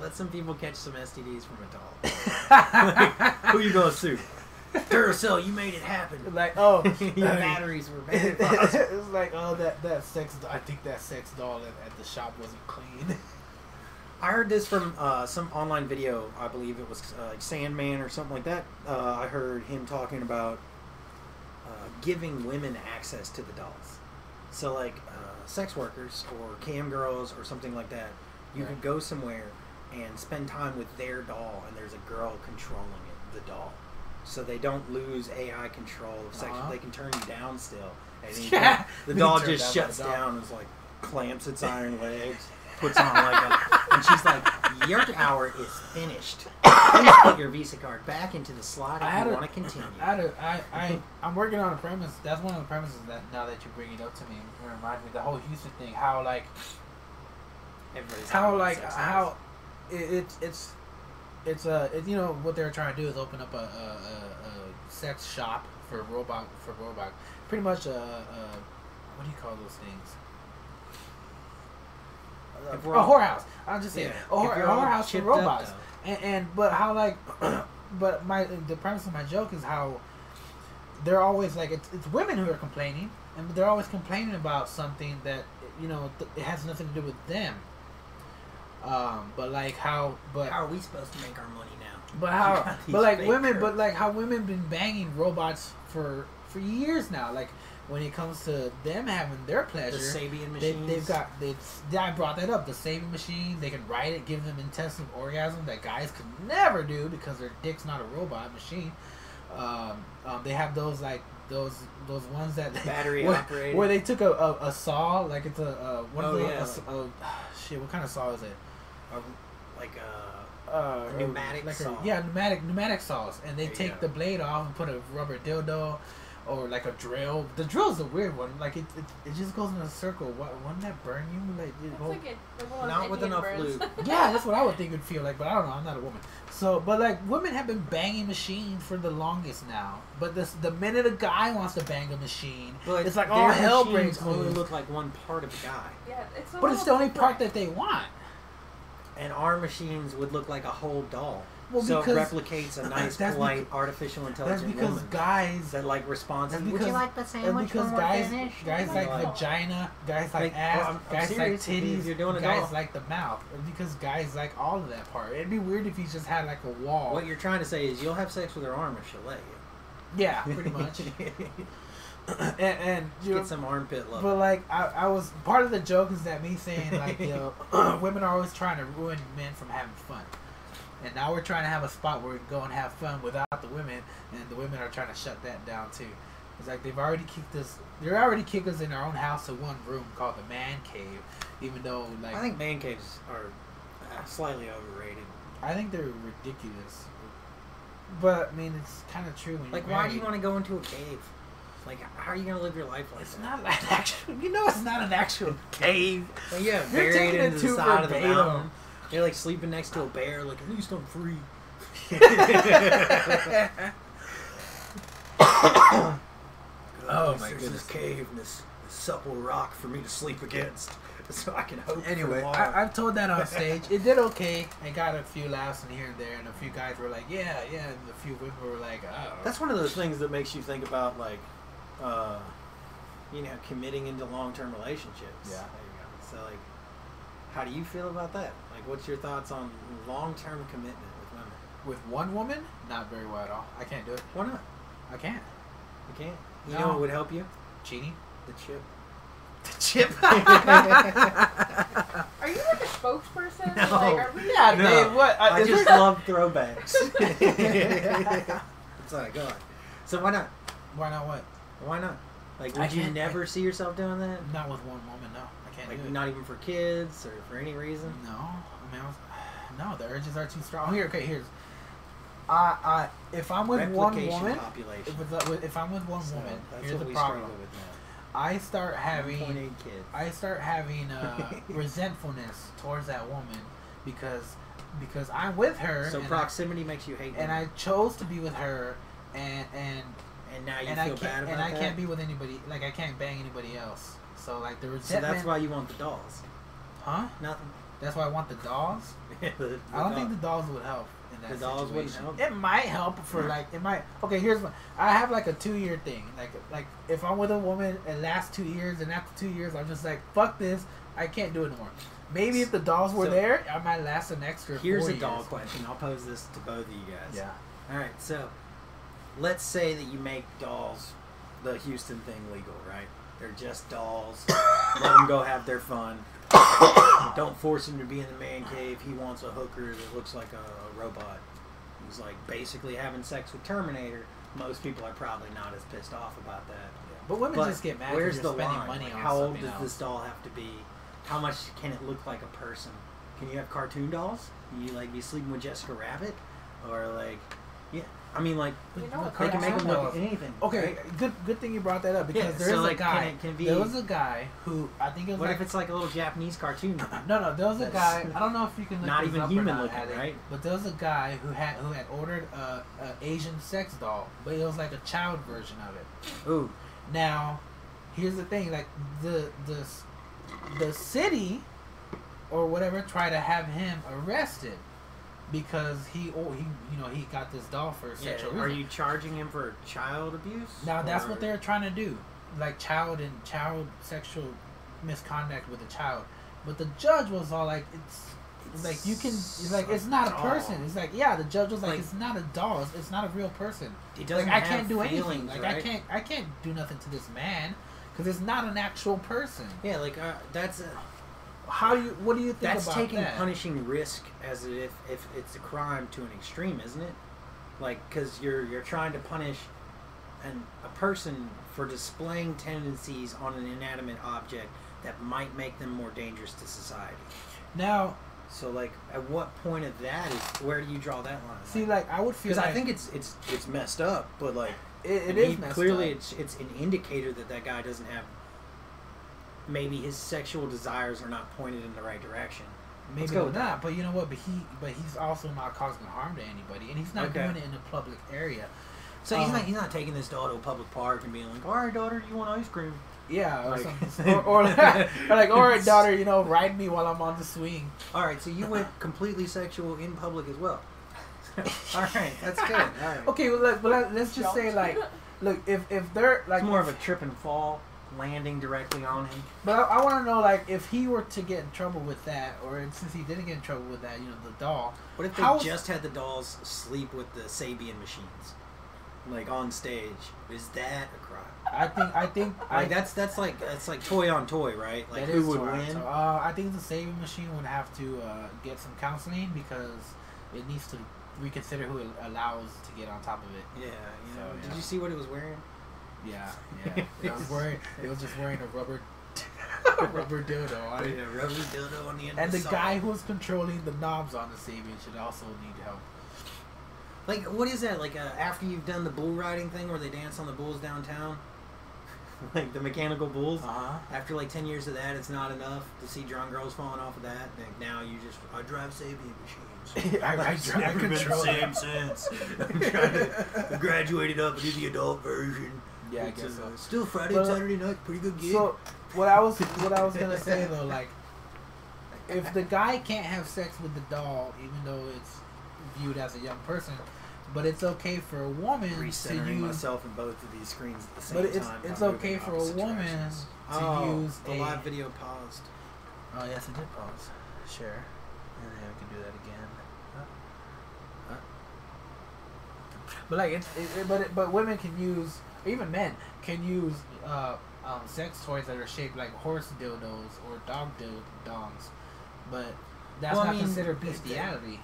S2: Let some people catch some STDs from a doll. Who you gonna sue? Duracell, you made it happen.
S1: like oh
S2: your batteries were made possible.
S1: it's like oh that that sex doll- I think that sex doll at, at the shop wasn't clean
S2: I heard this from uh, some online video. I believe it was uh, like Sandman or something like that. Uh, I heard him talking about uh, giving women access to the dolls. So, like uh, sex workers or cam girls or something like that, you
S1: Right.
S2: could go somewhere and spend time with their doll, and there's a girl controlling it, the doll. So they don't lose AI control of sex.
S1: Uh-huh.
S2: They can turn you down still. And then you
S1: Yeah.
S2: can- the
S1: You
S2: doll
S1: turn
S2: just
S1: down by
S2: shuts
S1: the doll.
S2: down and is like clamps its iron legs, puts on like a, and she's like, "Your hour is finished. Please put your Visa card back into the slot
S1: I
S2: if
S1: had
S2: you
S1: a-
S2: want to continue."
S1: I, had a- I, I, I'm working on a premise. That's one of the premises that now that you bring it up to me, it reminds me the whole Houston thing. How like,
S2: Everybody's talking
S1: how
S2: about
S1: like,
S2: sex
S1: how it, it's it's it's uh, it, you know what they're trying to do is open up a, a, a, a sex shop for robot for robot. Pretty much a, a what do you call those things?
S2: now. If
S1: A
S2: we're all-
S1: whorehouse. I'm just saying
S2: yeah,
S1: a, whore,
S2: if
S1: a
S2: you're all
S1: whorehouse for
S2: chipped up,
S1: robots.
S2: though,
S1: and, and but how like but my the premise of my joke is how they're always like it's, it's women who are complaining and they're always complaining about something that you know th- it has nothing to do with them um but like how but
S2: How are we supposed to make our money now?
S1: but how?
S2: These
S1: But like
S2: fake
S1: women,
S2: girls.
S1: but like how women been banging robots for for years now. Like when it comes to them having their pleasure,
S2: The Sabian
S1: they,
S2: machines.
S1: they've got they. I brought that up. The saving machine. They can ride it, give them intensive orgasm that guys could never do because their dick's not a robot machine. Um, um, they have those like those those ones that
S2: Battery
S1: where,
S2: operated.
S1: where they took a, a, a saw like it's a uh, one
S2: Oh,
S1: of the
S2: yeah.
S1: a s- a- shit. What kind of saw is it?
S2: A- like uh,
S1: uh,
S2: A pneumatic
S1: like a-
S2: saw.
S1: yeah, pneumatic pneumatic saws, and they
S2: There you
S1: take
S2: go.
S1: the blade off and put a rubber dildo, or like a drill. The drill's a weird one. Like it, it, it just goes in a circle. What wouldn't that burn you? Like it,
S3: It's
S1: well,
S3: like a, like one of those
S2: not with
S3: Indian
S2: enough
S3: birds.
S2: lube.
S1: yeah, that's what I would think it'd feel like. But I don't know. I'm not a woman, so but like women have been banging machines for the longest now. But this the minute a guy wants to bang a machine,
S2: But
S1: it's like
S2: their
S1: all hell
S2: machines
S1: breaks
S2: only
S1: loose.
S2: look like one part of a guy,
S3: Yeah, it's. A
S1: But it's the
S3: little
S1: only part
S3: different.
S1: that they want.
S2: and our machines would look like a whole doll.
S1: Well,
S2: so it
S1: because
S2: replicates a nice,
S1: that's
S2: polite, artificial
S1: that's
S2: intelligent
S1: because
S2: woman
S1: guys.
S2: that like responds.
S1: that's
S2: Would
S1: because-
S2: you like the
S1: And
S2: sandwich
S1: because
S2: when we're
S1: guys,
S2: finished?"
S1: guys
S3: Like,
S1: like
S3: oh.
S1: vagina, guys like
S2: Like, oh,
S1: ass,
S2: I'm- I'm
S1: guys like
S2: serious if you-
S1: titties,
S2: if you're doing it
S1: guys
S2: all.
S1: like the mouth. And Because guys like all of that part. It'd be weird if he just had like a wall.
S2: What you're trying to say is you'll have sex with her arm if she'll let you.
S1: yeah, pretty much. and and you know,
S2: Get some armpit love.
S1: But like I, I was part of the joke is that me saying like you know, women are always trying to ruin men from having fun, and now we're trying to have a spot where we can go and have fun without the women, and the women are trying to shut that down too. It's like they've already kicked us. They're already kicked us in our own house to one room called the man cave, even though like
S2: I think man caves are uh, slightly overrated.
S1: I think they're ridiculous. But I mean, it's kind of true when
S2: Like,
S1: you're
S2: why do you
S1: married.
S2: want to go into a cave? Like, how are you going to live your life like
S1: It's
S2: that?
S1: not an actual. You know, it's not an actual cave.
S2: Well, yeah,
S1: You're
S2: buried
S1: taking it
S2: into the
S1: too
S2: side of the
S1: verbatim.
S2: mountain. You're like sleeping next to a bear, like at least I'm free.
S5: Oh,
S2: At least
S5: my
S2: there's
S5: goodness.
S2: This cave and this, this supple rock for me to sleep against, so I can hope.
S1: Anyway,
S2: for
S1: I, I've told that on stage. It did okay. I got a few laughs in here and there, and a few guys were like, "Yeah, yeah," and a few women were like, "Oh."
S2: That's one of those things that makes you think about like, uh, you know, committing into long-term relationships.
S1: Yeah.
S2: There you go. So like, how do you feel about that? Like, what's your thoughts on long-term commitment with women?
S1: with one woman, not very well at all. I can't do it.
S2: Why not?
S1: I can't.
S2: You can't. You
S1: No.
S2: know what would help you?
S1: Cheating.
S2: The chip.
S1: The chip.
S3: Are you like a spokesperson?
S2: No.
S3: Like, are we
S1: yeah,
S2: No,
S1: dude. What?
S2: I
S1: is
S2: just
S1: there-
S2: love throwbacks. it's like God. So why not?
S1: Why not? What?
S2: Why not? Like,
S1: I
S2: would you
S1: can't-
S2: never see yourself doing that?
S1: Not with one woman. No, I can't do
S2: Like,
S1: it.
S2: not even for kids or for any reason.
S1: No, I mean, I was, no. The urges are too strong. Here, okay, here's. I, I, if I'm with one
S2: Replication
S1: woman,
S2: population.
S1: if, it's- uh, if I'm with one
S2: So,
S1: woman,
S2: that's
S1: here's
S2: what
S1: the
S2: we
S1: problem.
S2: struggle with now.
S1: I start having
S2: 1.8 kids.
S1: I start having uh, resentfulness towards that woman because because I'm with her
S2: so
S1: and,
S2: proximity makes you hate.
S1: I, and I
S2: women.
S1: chose to be with her and and
S2: and now you
S1: and
S2: feel
S1: I
S2: bad
S1: can't
S2: about
S1: and I
S2: that.
S1: can't be with anybody like I can't bang anybody else. So like the
S2: so
S1: resentment,
S2: that's why you want the dolls.
S1: huh?
S2: Nothing.
S1: That's why I want the dolls.
S2: The- the
S1: I don't think
S2: doll-
S1: the dolls would help in that
S2: The dolls wouldn't
S1: situation.
S2: help?
S1: It might help for like it might. Okay, here's my. I have like a two year thing. Like like if I'm with a woman, it lasts two years, and after two years, I'm just like fuck this. I can't do it anymore. Maybe if the dolls were
S2: So-
S1: there, I might last an extra.
S2: Here's
S1: four
S2: a doll
S1: years.
S2: question. I'll pose this to both of you guys.
S1: Yeah.
S2: All right. So, let's say that you make dolls, the Houston thing legal, right? They're just dolls. Let them go have their fun. Don't force him to be in the man cave. He wants a hooker that looks like a, a robot. He's like basically having sex with Terminator. Most people are probably not as pissed off about that.
S1: But women
S2: But
S1: just get mad. 'cause
S2: Where's
S1: you're
S2: the
S1: spending
S2: line?
S1: money
S2: Like,
S1: on
S2: how old
S1: something
S2: does
S1: else.
S2: this doll have to be? How much can it look like a person? Can you have cartoon dolls? Can you like be sleeping with Jessica Rabbit, or like, yeah? I mean, like
S3: You know
S1: Look,
S3: what
S2: they
S1: Cartoon
S2: can make them look
S1: dolls.
S2: anything.
S1: Okay,
S2: right?
S1: good good thing you brought that up because
S2: Yeah,
S1: there
S2: so,
S1: is
S2: like,
S1: a
S2: can
S1: guy.
S2: it- can it be-
S1: there was a guy who I think it was
S2: What
S1: like
S2: if it's like a little Japanese cartoon?
S1: No, no, there was a
S2: That's-
S1: guy. I don't know if you can look
S2: Not
S1: this
S2: even
S1: up
S2: human
S1: or not,
S2: looking,
S1: Addy,
S2: right?
S1: But there was a guy who had who had ordered a, a Asian sex doll, but it was like a child version of it.
S2: Ooh,
S1: Now, here's the thing: like the the s- the city or whatever tried to have him arrested because he or he you know he got this doll for
S2: yeah.
S1: sexual.
S2: Are
S1: reason.
S2: you charging him for child abuse?
S1: Now that's
S2: Or-
S1: what they're trying to do, like child and child sexual misconduct with a child. But the judge was all like, it's, it's like you can, it's like it's not a
S2: doll.
S1: person. It's like yeah, the judge was like,
S2: Like-
S1: it's not a doll. It's, it's not a real person.
S2: It
S1: Like
S2: doesn't.
S1: I
S2: have
S1: can't do
S2: feelings,
S1: anything. Like I
S2: right?
S1: can't, I can't do nothing to this man because it's not an actual person.
S2: Yeah, like uh, that's. Uh,
S1: How do you? What do you think
S2: That's
S1: about
S2: taking
S1: that?
S2: punishing risk as if if it's a crime to an extreme, isn't it? Like, because you're you're trying to punish an a person for displaying tendencies on an inanimate object that might make them more dangerous to society.
S1: now,
S2: So, like, at what point of that is where do you draw that line?
S1: see, like I would feel
S2: because
S1: like
S2: I think it's it's it's messed up, but like
S1: it, it
S2: he-
S1: is messed
S2: clearly
S1: up.
S2: it's it's an indicator that that guy doesn't have. Maybe his sexual desires are not pointed in the right direction.
S1: Maybe
S2: Let's go
S1: not,
S2: with that.
S1: but you know what? But he, but he's also not causing harm to anybody, and he's not
S2: Okay.
S1: doing it in a public area.
S2: So he's
S1: Um,
S2: not he's not taking this daughter to a public park and being like, "All right, daughter, you want ice cream?"
S1: Yeah, or
S2: Like-
S1: something. Or, or, like, or like, all right, daughter, you know, ride me while I'm on the swing.
S2: All right, so you went completely sexual in public as well. All right, that's good. All right.
S1: Okay, well, let, well let, let's just say
S3: Jumped.
S1: like, look, if if they're like,
S2: It's more of a trip and fall, landing directly on him.
S1: but I, I want to know like if he were to get in trouble with that, or since he didn't get in trouble with that, you know, the doll.
S2: What if they
S1: How-
S2: just had the dolls sleep with the Sabian machines, like on stage? Is that a crime?
S1: I think I think I
S2: Like that's that's like that's like toy on toy, right? Like
S1: that
S2: who
S1: is
S2: would
S1: Toronto.
S2: win?
S1: Uh, I think the saving machine would have to uh, get some counseling because it needs to reconsider who it allows to get on top of it.
S2: Yeah, you
S1: So,
S2: know.
S1: yeah.
S2: Did you see what it was wearing?
S1: Yeah, yeah. It was wearing, it was just wearing a rubber, rubber dildo on it.
S2: a rubber dildo on the end.
S1: And
S2: of the,
S1: the
S2: sock.
S1: guy who was controlling the knobs on the saving should also need help.
S2: like, what is that? Like uh, after you've done the bull riding thing where they dance on the bulls downtown, like the mechanical bulls.
S1: Uh huh.
S2: After like ten years of that, it's not enough to see drunk girls falling off of that. Like now you just I drive Sabian machines.
S1: I, I,
S2: It's
S1: I
S2: never been the
S1: control
S2: same since. I'm trying to I graduated up and do the adult version.
S1: Yeah, I
S2: It's,
S1: guess so.
S2: uh, Still Friday,
S1: But, uh,
S2: Saturday night, pretty good gig.
S1: So, what I was what I was gonna say though, like, if the guy can't have sex with the doll, even though it's viewed as a young person, but it's okay for a woman to
S2: recentering
S1: use.
S2: myself in both of these screens at the same
S1: But it's-
S2: time.
S1: it's
S2: by moving
S1: okay
S2: in
S1: for a
S2: opposite
S1: woman
S2: directions.
S1: to
S2: oh,
S1: use
S2: the
S1: a-
S2: live video paused.
S1: Oh yes, it did pause. Share, and then we can do that again. Huh? Huh? But like it's, it, it- but it, but women can use, or even men can use uh, um, sex toys that are shaped like horse dildos or dog dil- dongs, but that's
S2: Well, I
S1: not
S2: mean,
S1: considered
S2: it- it-
S1: bestiality.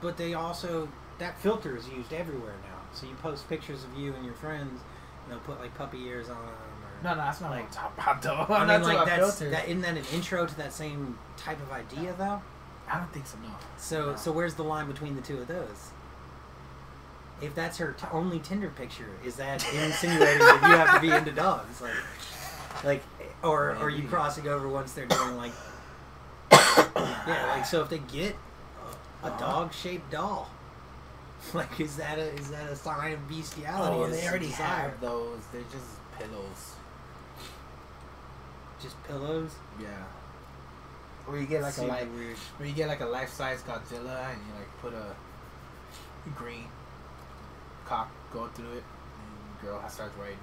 S2: But they also that filter is used everywhere now. So you post pictures of you and your friends, and they'll put like puppy ears on. Or,
S1: No, no, that's not
S2: Like-
S1: like top about though.
S2: I
S1: I'm
S2: mean,
S1: not talking
S2: like
S1: about
S2: that's
S1: filters.
S2: that. Isn't that an intro to that same type of idea though?
S1: I don't think so. No.
S2: So
S1: No.
S2: so where's the line between the two of those? If that's her t- only Tinder picture, is that insinuating that you have to be into dogs? Like, like, or are you
S1: Maybe.
S2: crossing over once they're doing like, yeah, like so if they get a, a
S1: Uh-huh.
S2: dog shaped doll, like is that a is that a sign of bestiality?
S1: Oh,
S2: Is
S1: they
S2: it
S1: already
S2: desire?
S1: have those. They're just pillows.
S2: just pillows.
S1: Yeah. Or you get like a
S2: Super
S1: like
S2: weird.
S1: Where you get like a life size Godzilla and you like put a green cock go through it and the girl has starts writing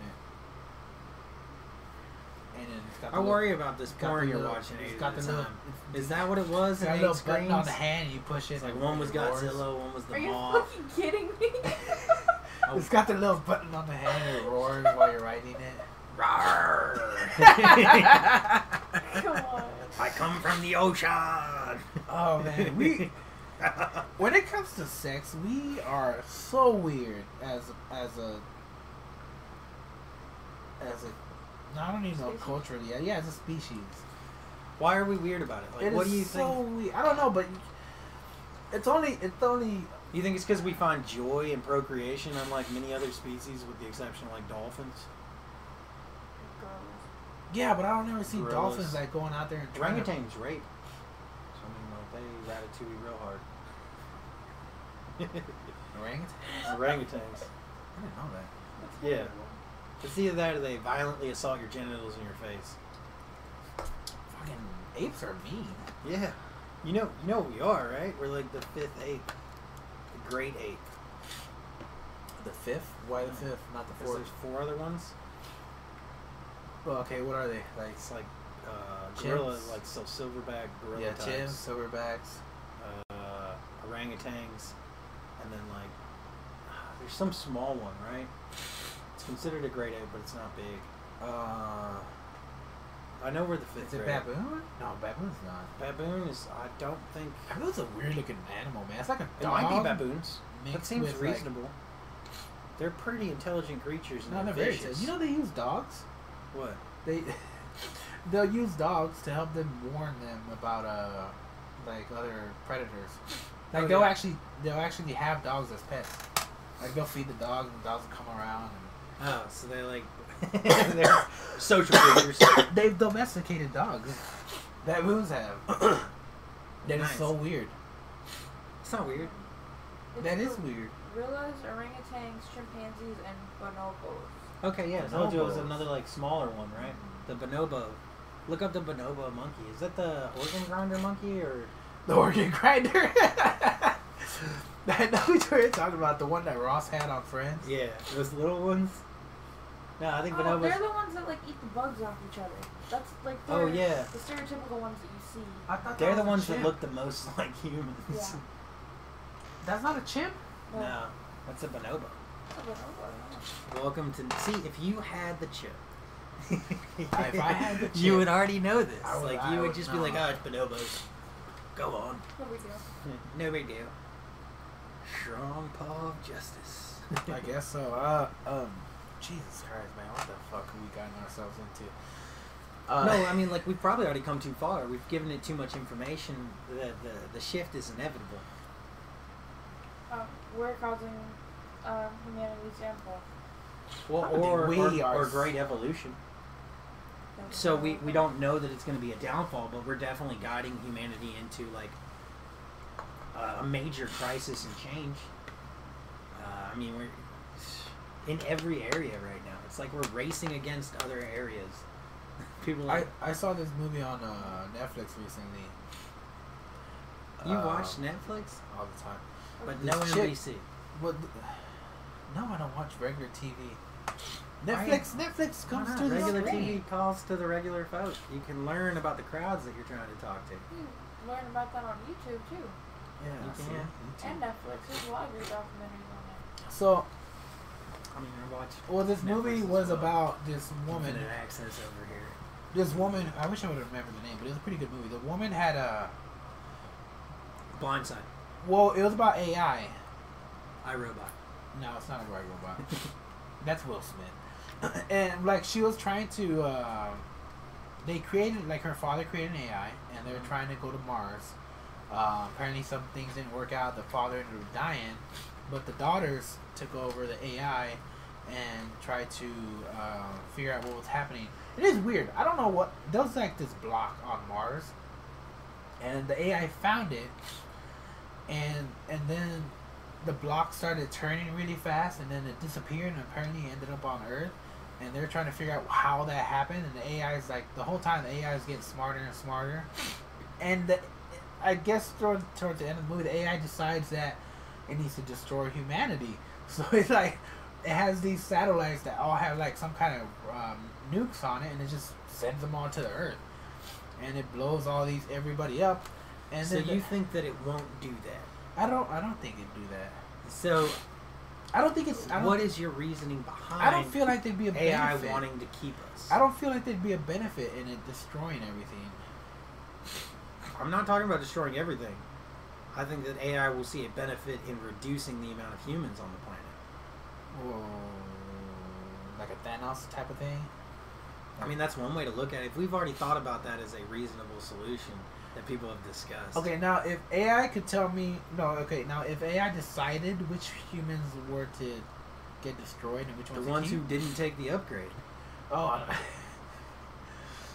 S1: it. And then it's got
S2: I
S1: the little-
S2: worry about this
S1: it's got the
S2: porn you're
S1: little-
S2: watching.
S1: It's
S2: dude,
S1: got
S2: at
S1: the
S2: the
S1: little,
S2: time.
S1: it's
S2: Is that what it was?
S1: got a
S2: in
S1: little
S2: eight
S1: button on
S2: screens?
S1: the hand and you push it.
S2: It's like
S1: and
S2: one was
S1: it roars.
S2: Godzilla, one was the Oh,
S3: Are you
S2: mall.
S3: fucking kidding me?
S1: It's got the little button on the hand and it roars while you're writing it.
S3: Come on.
S2: I come from the ocean.
S1: oh man, we when it comes to sex, we are so weird as as a as a no, I don't even know
S3: Species.
S1: culturally. Yeah, yeah, as a species.
S2: Why are we weird about it? Like,
S1: It
S2: what
S1: is
S2: do you
S1: so
S2: think?
S1: weird. I don't know, but it's only it's only
S2: You think it's because we find joy in procreation, unlike many other species, with the exception of like dolphins?
S1: yeah. But I don't ever see
S2: Gorillas.
S1: dolphins like going out there and trying to-
S2: Orangutans rape. So I mean, like they ratatouille real hard.
S1: Orangutans.
S2: Orangutans.
S1: I didn't know that.
S2: Yeah. It's either that or they violently assault your genitals in your face.
S1: Fucking apes are mean.
S2: Yeah. You know, you know what we are, right? We're like the fifth ape, the great ape.
S1: The fifth? Why the fifth? Not the
S2: Because
S1: fourth.
S2: there's four other ones.
S1: Well, okay, what are they like?
S2: It's like uh, gorilla,
S1: Chimps.
S2: like so silverback gorilla
S1: Yeah, chimps,
S2: types,
S1: silverbacks.
S2: uh, orangutans, and then like there's some small one, right? It's considered a great ape, but it's not big.
S1: Uh,
S2: I know we're the fifth.
S1: is it
S2: grade.
S1: baboon? No, baboon's not.
S2: Baboon is. I don't think
S1: Baboon's a weird looking animal, man. It's like a
S2: it
S1: dog.
S2: might be baboons. That
S1: mixed
S2: seems
S1: with, like-
S2: reasonable. They're pretty intelligent creatures. And
S1: No, they're
S2: they're
S1: very.
S2: vicious.
S1: You know they use dogs.
S2: what?
S1: They they'll use dogs to help them warn them about uh like other predators. Like
S2: Oh,
S1: they'll
S2: yeah.
S1: actually they'll actually have dogs as pets. Like they'll feed the dog and the dogs will come around. And
S2: Oh, so they like they're social creatures.
S1: they've domesticated dogs. Baboons have. That is
S2: Nice.
S1: so weird.
S2: It's not weird.
S1: That is weird.
S3: Gorillas, orangutans, chimpanzees, and bonobos.
S2: Okay, yeah, Zojo is
S1: Bonobos.
S2: another like smaller one, right? The bonobo. Look up the bonobo monkey. Is that the organ grinder monkey or
S1: The organ grinder. I know what you're talking about. The one that Ross had on Friends.
S2: Yeah, those little ones. No, I think
S3: Oh,
S2: Bonobos.
S3: they're the ones that like eat the bugs off each other. That's like
S2: Oh,
S3: they're
S2: yeah.
S3: the stereotypical ones that you see.
S1: I thought
S2: They're
S1: was
S2: the
S1: a
S2: ones that
S1: chimp.
S2: look the most like humans.
S1: That's not a chimp.
S3: No.
S2: No, that's a bonobo.
S3: That's a bonobo.
S2: Welcome to see if you had the chip.
S1: If I had the
S2: you
S1: chip-
S2: would already know this.
S1: I would-
S2: like
S1: I
S2: you would,
S1: would
S2: just
S1: know.
S2: be like, "Oh, it's bonobos. Go on,
S3: No big deal.
S2: no big deal." Strong paw of justice.
S1: I guess so. Uh, um, Jesus Christ, man, what the fuck have we gotten ourselves into? Uh,
S2: no, I mean, like we've probably already come too far. We've given it too much information. The the, the shift is inevitable.
S3: Um, we're causing um, humanity's downfall.
S2: Well,
S1: I don't think
S2: or,
S1: we
S2: or,
S1: are
S2: or
S1: s-
S2: great evolution.
S3: That's
S2: So
S3: what
S2: we,
S3: I'm
S2: we
S3: thinking.
S2: don't know that it's going to be a downfall, but we're definitely guiding humanity into like a a major crisis and change. Uh, I mean, we're in every area right now. It's like we're racing against other areas. People,
S1: I,
S2: like,
S1: I saw this movie on uh, Netflix recently.
S2: you
S1: Um,
S2: watch Netflix,
S1: all the time,
S2: but
S1: this
S2: no
S1: chick-
S2: NBC.
S1: but no, I don't watch regular TV. Netflix, Netflix
S2: Why
S1: comes
S2: not?
S1: to the
S2: regular
S1: screen.
S2: TV calls to the regular folk. You can learn about the crowds that you're trying to talk to.
S3: You can Hmm. learn about that on YouTube too,
S1: Yeah,
S2: You
S1: see,
S2: can.
S1: YouTube.
S3: and Netflix. There's a lot of great documentaries on there.
S1: So,
S2: I mean, I watch
S1: well, this movie
S2: Netflix as
S1: was
S2: well.
S1: about this woman.
S2: Infinite Access over here.
S1: This woman, I wish I would remember the name, but it was a pretty good movie. The woman had a
S2: Blindside,
S1: well, it was about AI.
S2: iRobot.
S1: No, it's not a white robot. That's Will Smith. and like she was trying to, uh, they created like her father created an AI, and they were trying to go to Mars. Uh, apparently, some things didn't work out. The father ended up dying, but the daughters took over the AI and tried to uh, figure out what was happening. It is weird. I don't know what there was like this block on Mars, and the AI found it, and and then the block started turning really fast and then it disappeared and apparently ended up on Earth. And they're trying to figure out how that happened. And the AI is like, the whole time the AI is getting smarter and smarter. And the, I guess toward, toward the end of the movie, the AI decides that it needs to destroy humanity. So it's like, it has these satellites that all have like some kind of um, nukes on it and it just sends them all to the Earth. And it blows all these, everybody up. And
S2: so
S1: then the-
S2: you think that it won't do that?
S1: I don't, I don't think it'd do that.
S2: So
S1: I don't think it's. I don't
S2: what is your reasoning behind
S1: I don't feel like there'd be a benefit.
S2: AI wanting to keep us?
S1: I don't feel like there'd be a benefit in it destroying everything.
S2: I'm not talking about destroying everything. I think that AI will see a benefit in reducing the amount of humans on the planet.
S1: Whoa. Like a Thanos type of thing.
S2: I mean, that's one way to look at it. If we've already thought about that as a reasonable solution that people have discussed.
S1: Okay, now if AI could tell me no, okay, now if AI decided which humans were to get destroyed and which
S2: The
S1: ones, to
S2: ones who
S1: keep-
S2: didn't take the upgrade.
S1: oh, I don't-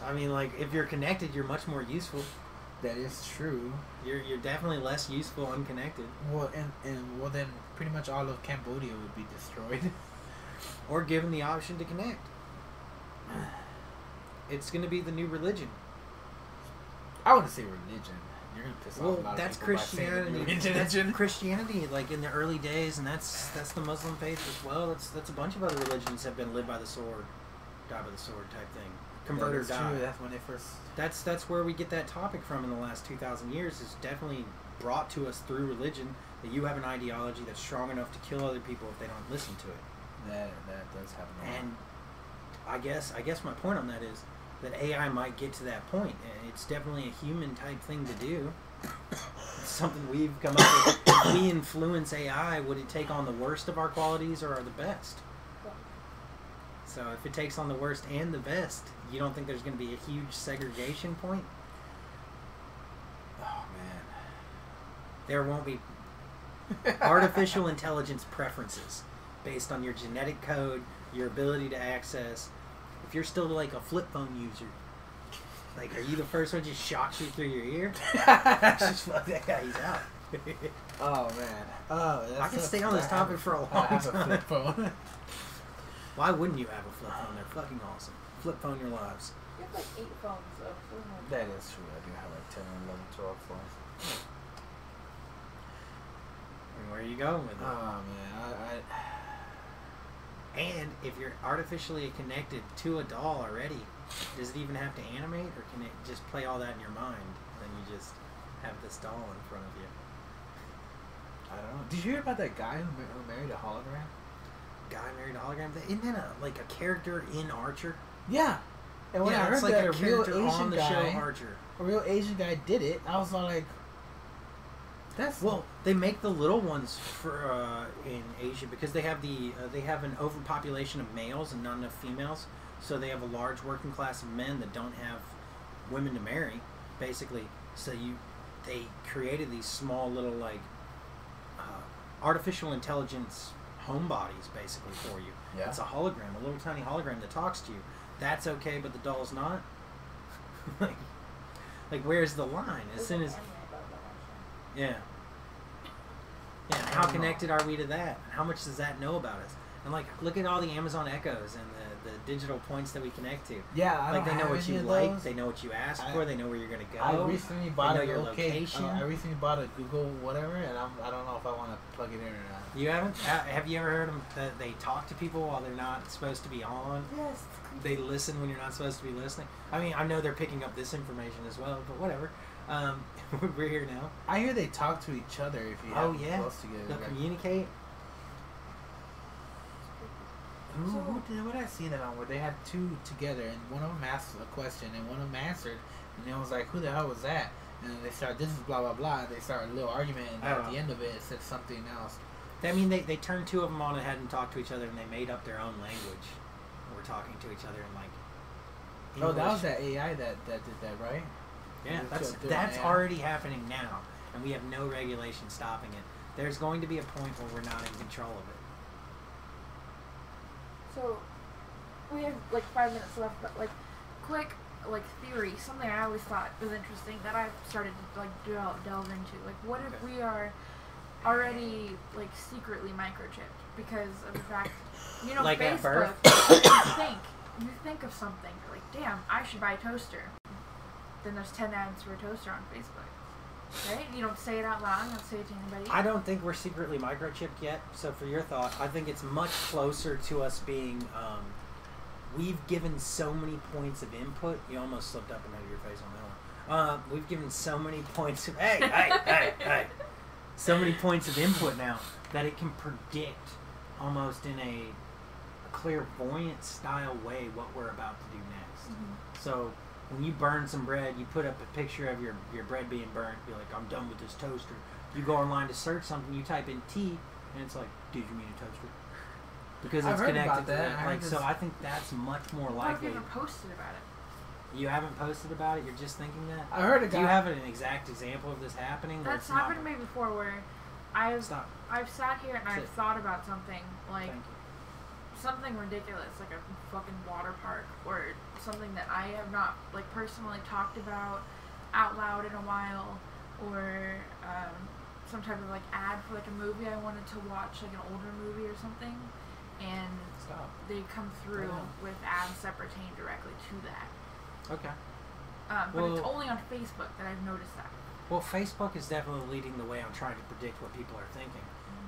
S2: I mean, like if you're connected, you're much more useful.
S1: that is true.
S2: You're you're definitely less useful unconnected,
S1: Well, and and well, then pretty much all of Cambodia would be destroyed.
S2: or given the option to connect. It's going to be the new religion.
S1: I wouldn't say religion. You're gonna piss off a lot
S2: Well,
S1: of
S2: that's
S1: people by saying the new
S2: Christianity. That's
S1: religion.
S2: Christianity, like in the early days, and that's that's the Muslim faith as well. That's that's a bunch of other religions have been live by the sword, die by the sword type thing. Convert
S1: That
S2: or
S1: is
S2: die.
S1: True. That's when they first.
S2: That's that's where we get that topic from in the last two thousand years. Is definitely brought to us through religion that you have an ideology that's strong enough to kill other people if they don't listen to it.
S1: That that does happen. a lot.
S2: And I guess I guess my point on that is that AI might get to that point, and it's definitely a human type thing to do. It's something we've come up with. If we influence AI. Would it take on the worst of our qualities or the best? So if it takes on the worst and the best, you don't think there's going to be a huge segregation point?
S1: oh man,
S2: There won't be
S1: oh,
S2: artificial intelligence preferences based on your genetic code, your ability to access. If you're still like a flip phone user, like are you the first one just shocks you through your ear? just fuck that guy, he's out.
S1: oh man. Oh, that's
S2: I can
S1: so-
S2: stay on this
S1: I
S2: topic
S1: have-
S2: for a
S1: I
S2: long
S1: have
S2: time.
S1: flip phone.
S2: Why wouldn't you have a flip phone? They're fucking awesome. Flip phone your lives.
S3: You have like eight phones, so it's really hard.
S1: that is true. I do have like 10, 11, 12 phones.
S2: Where are you going with it?
S1: Oh man, I, I,
S2: and if you're artificially connected to a doll already, does it even have to animate, or can it just play all that in your mind? And then you just have this doll in front of you.
S1: I don't know. Did you hear about that guy who, mar- who married a hologram?
S2: Guy married a hologram. That- Isn't that a, like a character in Archer?
S1: Yeah. And when
S2: yeah,
S1: I heard
S2: it's like
S1: that
S2: a
S1: a real
S2: character
S1: Asian
S2: on the
S1: guy,
S2: show Archer.
S1: a real Asian guy did it, I was all like, that's
S2: Well, they make the little ones for uh, in Asia because they have the uh, they have an overpopulation of males and not enough females, so they have a large working class of men that don't have women to marry, basically. So you, they created these small little like uh, artificial intelligence home bodies basically for you.
S1: Yeah.
S2: It's a hologram, a little tiny hologram that talks to you. That's okay, but the doll's not. like, like where's the line? As
S3: There's
S2: soon
S3: an
S2: as
S3: anime about that, actually.
S2: yeah. Yeah, and how connected are we to that? And How much does that know about us? And like, look at all the Amazon Echoes and the, the digital points that we connect to.
S1: yeah, I
S2: like,
S1: don't
S2: they know
S1: have
S2: what
S1: any
S2: you
S1: of
S2: like,
S1: those.
S2: they know what you ask
S1: I-
S2: for, they know where you're gonna go.
S1: I recently bought
S2: know
S1: a
S2: your
S1: loca-
S2: location.
S1: uh, I recently bought a Google whatever, and I'm, I don't know if I want to plug it in or not.
S2: you haven't? ha- Have you ever heard them that they talk to people while they're not supposed to be on?
S3: Yes, it's creepy.
S2: They listen when you're not supposed to be listening. I mean, I know they're picking up this information as well, but whatever. Um, we're here now.
S1: I hear they talk to each other if you
S2: Oh,
S1: have
S2: yeah.
S1: close together.
S2: They'll
S1: like-
S2: communicate.
S1: Who, who did, what did I see that on where they had two together and one of them asked a question and one of them answered and it was like who the hell was that and then they start this is blah blah blah and they start a little argument and
S2: Oh.
S1: at the end of it it said something else
S2: I mean, they, they turned two of them on and hadn't talked to each other, and they made up their own language. We're talking to each other in like.
S1: oh that
S2: English.
S1: was that AI that that did that right
S2: Yeah,
S1: That's
S2: that's
S1: what they're
S2: that's
S1: doing, yeah.
S2: already happening now, and we have no regulation stopping it. There's going to be a point where we're not in control of it.
S3: So, we have like five minutes left, but like, quick, like theory, something I always thought was interesting that I've started to like del- delve into. Like, what if
S2: Okay.
S3: we are already like secretly microchipped because of the fact, you know,
S2: Like at
S3: Facebook.
S2: birth?
S3: you think you think of something, you're like, damn, I should buy a toaster. Then there's ten ads for a toaster on Facebook, right? You don't say it out loud, you don't say it to anybody.
S2: I don't think we're secretly microchipped yet. So for your thought, I think it's much closer to us being. Um, we've given so many points of input. You almost slipped up and out of your face on that one. Uh, we've given so many points of hey hey hey hey. so many points of input now that it can predict almost in a clairvoyant style way what we're about to do next. So when you burn some bread, you put up a picture of your, your bread being burnt, be like, I'm done with this toaster. You go online to search something, you type in tea, and it's like, did you mean a toaster? Because
S1: I've
S2: it's
S1: heard
S2: connected
S1: about
S2: to
S1: that. I
S2: that.
S1: heard
S2: Like, so
S1: this-
S2: I think that's much more
S3: What if
S2: likely.
S3: you ever posted about it?
S2: You haven't posted about it, you're just thinking that?
S1: I heard a
S2: Do
S1: guy
S2: you have an exact example of this happening? where
S3: That's
S2: it's not-
S3: happened to me before, where I've
S2: Stop.
S3: I've sat here and I've
S2: Sit.
S3: thought about something like
S2: Thank you.
S3: something ridiculous, like a fucking water park or something that I have not like personally talked about out loud in a while, or um, some type of like ad for like a movie I wanted to watch, like an older movie or something, and
S2: Stop.
S3: they come through
S2: Wow.
S3: with ads that pertain directly to that.
S2: Okay.
S3: Um, but it's
S2: Well-
S3: only on Facebook that I've noticed that.
S2: Well, Facebook is definitely leading the way on trying to predict what people are thinking,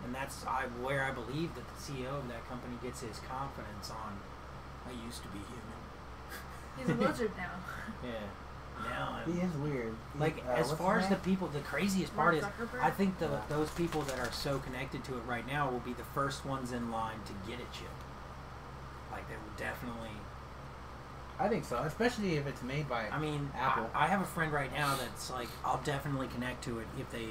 S2: and that's I, where I believe that the CEO of that company gets his confidence on. I used to be human.
S3: He's a lizard now.
S2: Yeah. Now
S1: he
S2: I'm
S1: is weird He-
S2: like
S1: uh,
S2: as
S1: what's
S2: far
S1: his
S2: as the
S1: name?
S2: people, the craziest
S3: Mark
S2: part is
S3: Zuckerberg?
S2: I think that
S1: Yeah.
S2: those people that are so connected to it right now will be the first ones in line to get it chip. Like they will definitely.
S1: I think so especially if it's made by
S2: I mean,
S1: Apple.
S2: I, I have a friend right now that's like, I'll definitely connect to it if they.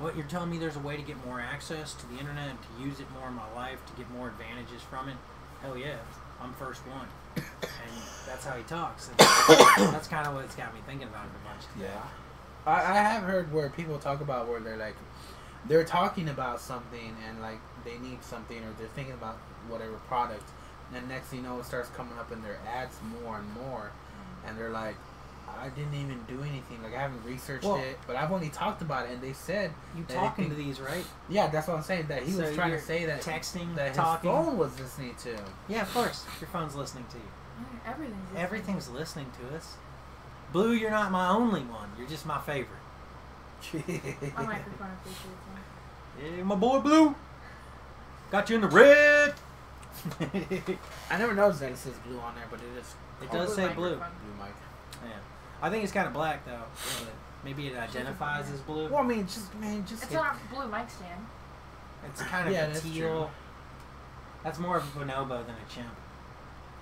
S2: What you're telling me, there's a way to get more access to the internet, to use it more in my life, to get more advantages from it. Hell yeah, I'm first one, and that's how he talks. And that's kind of what's got me thinking about it a bunch.
S1: Yeah. I, I have heard where people talk about where they're like, they're talking about something and like they need something or they're thinking about whatever product. And next thing you know, it starts coming up in their ads more and more.
S2: Mm-hmm.
S1: And they're like, I didn't even do anything. Like, I haven't researched
S2: Well-
S1: it, but I've only talked about it. And they said,
S2: You
S1: They
S2: talking to
S1: think-
S2: these, right?
S1: yeah, that's what I'm saying. That he
S2: So
S1: was trying
S2: you're
S1: to say that,
S2: Texting,
S1: that his
S2: talking.
S1: phone was listening to him.
S2: Yeah, of course. Your phone's listening to you.
S3: Everything's listening.
S2: Everything's listening to us. Blue, you're not Oh my only one. You're just my favorite.
S3: My microphone appreciates it.
S2: Yeah, my boy Blue. Got you in the red. it
S1: I never noticed that it says blue on there, but it is
S2: does say blue.
S3: microphone.
S1: blue mic.
S2: Yeah. I think it's kind of black though. but Maybe it identifies as blue.
S1: Well, I mean, just man, just
S3: It's not a blue mic stand.
S2: It's kind of
S1: Yeah,
S2: a
S1: that's
S2: teal.
S1: true.
S2: That's more of a bonobo than a chimp.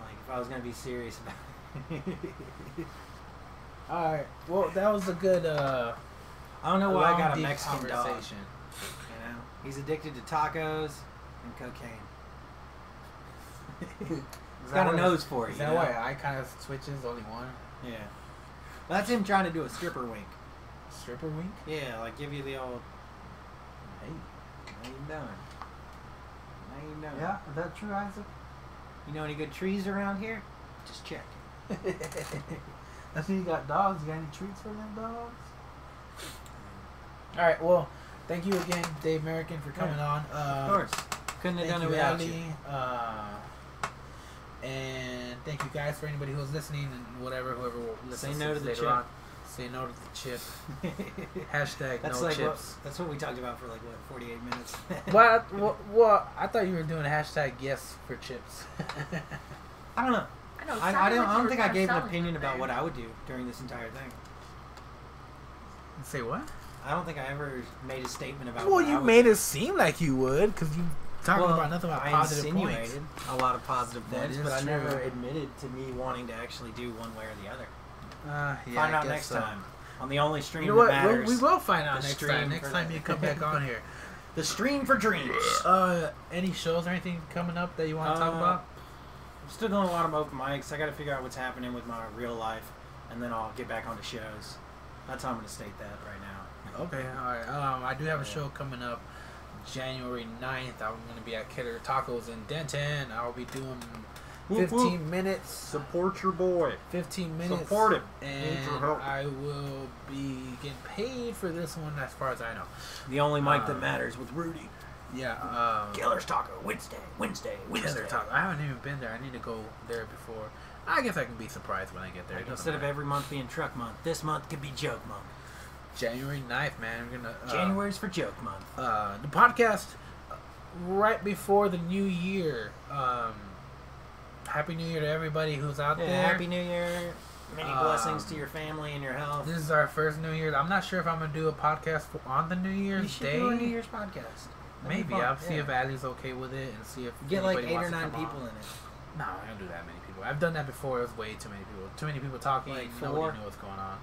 S2: Like if I was gonna be serious about it.
S1: all right. Well, that was a good. uh
S2: I don't know why I
S1: long,
S2: got a
S1: deep
S2: Mexican dog. You know, he's addicted to tacos and cocaine.
S1: Is
S2: he's
S1: that
S2: got a
S1: why-
S2: nose for it.
S1: Is
S2: you
S1: that
S2: know?
S1: why I kind of switches only one
S2: Yeah. Well, that's him trying to do a stripper wink.
S1: stripper wink?
S2: Yeah, like give you the old.
S1: Hey.
S2: How you doing? How you doing?
S1: is that true, Isaac?
S2: You know any good trees around here? Just check.
S1: That's when you got dogs. You got any treats for them dogs? All right. Well, thank you again, Dave American, for coming on. Uh,
S2: of course. Couldn't have
S1: Thank
S2: done
S1: you,
S2: it without
S1: Ali.
S2: you.
S1: Uh, and thank you guys for anybody who's listening and whatever, whoever will listen
S2: Say no to the
S1: later
S2: chip.
S1: on. Say no to the chip. Hashtag
S2: that's
S1: no
S2: like what,
S1: chips.
S2: that's what we talked about for like what 48 minutes.
S1: Well, I- well, well, I thought you were doing hashtag yes for chips.
S2: I don't know.
S3: I know. it
S2: I, I
S3: sounded
S2: don't.
S3: like
S2: I
S3: you
S2: don't
S3: were
S2: think I
S3: kinda
S2: gave an
S3: selling
S2: opinion
S3: it
S2: about
S3: there.
S2: what I would do during this entire thing.
S1: Say what?
S2: I don't think I ever made a statement about.
S1: Well,
S2: what I
S1: you
S2: would
S1: made
S2: do.
S1: it seem like you would, because you talking
S2: Well,
S1: about nothing about
S2: I
S1: positive points.
S2: insinuated a lot of positive
S1: That
S2: things,
S1: is
S2: but I
S1: true.
S2: never admitted to me wanting to actually do one way or the other.
S1: Uh, yeah,
S2: Find
S1: I
S2: out
S1: guess
S2: next
S1: so.
S2: time on the only stream
S1: You know what?
S2: that
S1: We'll-
S2: matters.
S1: We will find out
S2: The
S1: next
S2: stream
S1: time. Next
S2: for
S1: time
S2: the-
S1: you come back on here.
S2: The stream for dreams.
S1: Uh, any shows or anything coming up that you want to talk
S2: Uh,
S1: about?
S2: I'm still doing a lot of open mics. I got to figure out what's happening with my real life, and then I'll get back onto shows. That's how I'm going to state that right now.
S1: Okay, all right. Um, I do have a
S2: Yeah.
S1: show coming up January 9th. I'm going to be at Killer Tacos in Denton. I'll be doing
S2: Whoop,
S1: 15
S2: whoop.
S1: minutes.
S2: Support your boy.
S1: 15 minutes.
S2: Support him. Need your
S1: And
S2: help.
S1: I will be getting paid for this one as far as I know.
S2: The only mic
S1: Uh,
S2: that matters with Rudy.
S1: Yeah. Um,
S2: Killer's Taco Wednesday, Wednesday, Wednesday.
S1: Killer Tacos. I haven't even been there. I need to go there before. I guess I can be surprised when I get there. It
S2: Like,
S1: doesn't
S2: instead of
S1: matter.
S2: every month being truck month, this month could be joke month.
S1: January 9th, man. We're going to. Uh,
S2: January's for joke month.
S1: uh, the podcast uh, right before the new year. Um, happy New Year to everybody who's out
S2: Yeah,
S1: there.
S2: Happy New Year. Many
S1: Um,
S2: blessings to your family and your health.
S1: this is our first New Year's. I'm not sure if I'm gonna do a podcast for, on the New
S2: You
S1: Year's
S2: should
S1: Day.
S2: do a New Year's podcast. That'd be
S1: Maybe
S2: fun,
S1: I'll see
S2: yeah.
S1: if Ali's okay with it and see if
S2: Get like
S1: anybody
S2: eight or
S1: wants to
S2: nine
S1: come
S2: people
S1: on.
S2: in it.
S1: No, I don't do that many people. I've done that before. It was way too many people. Too many people talking.
S2: Like four?
S1: Nobody knew what's going on.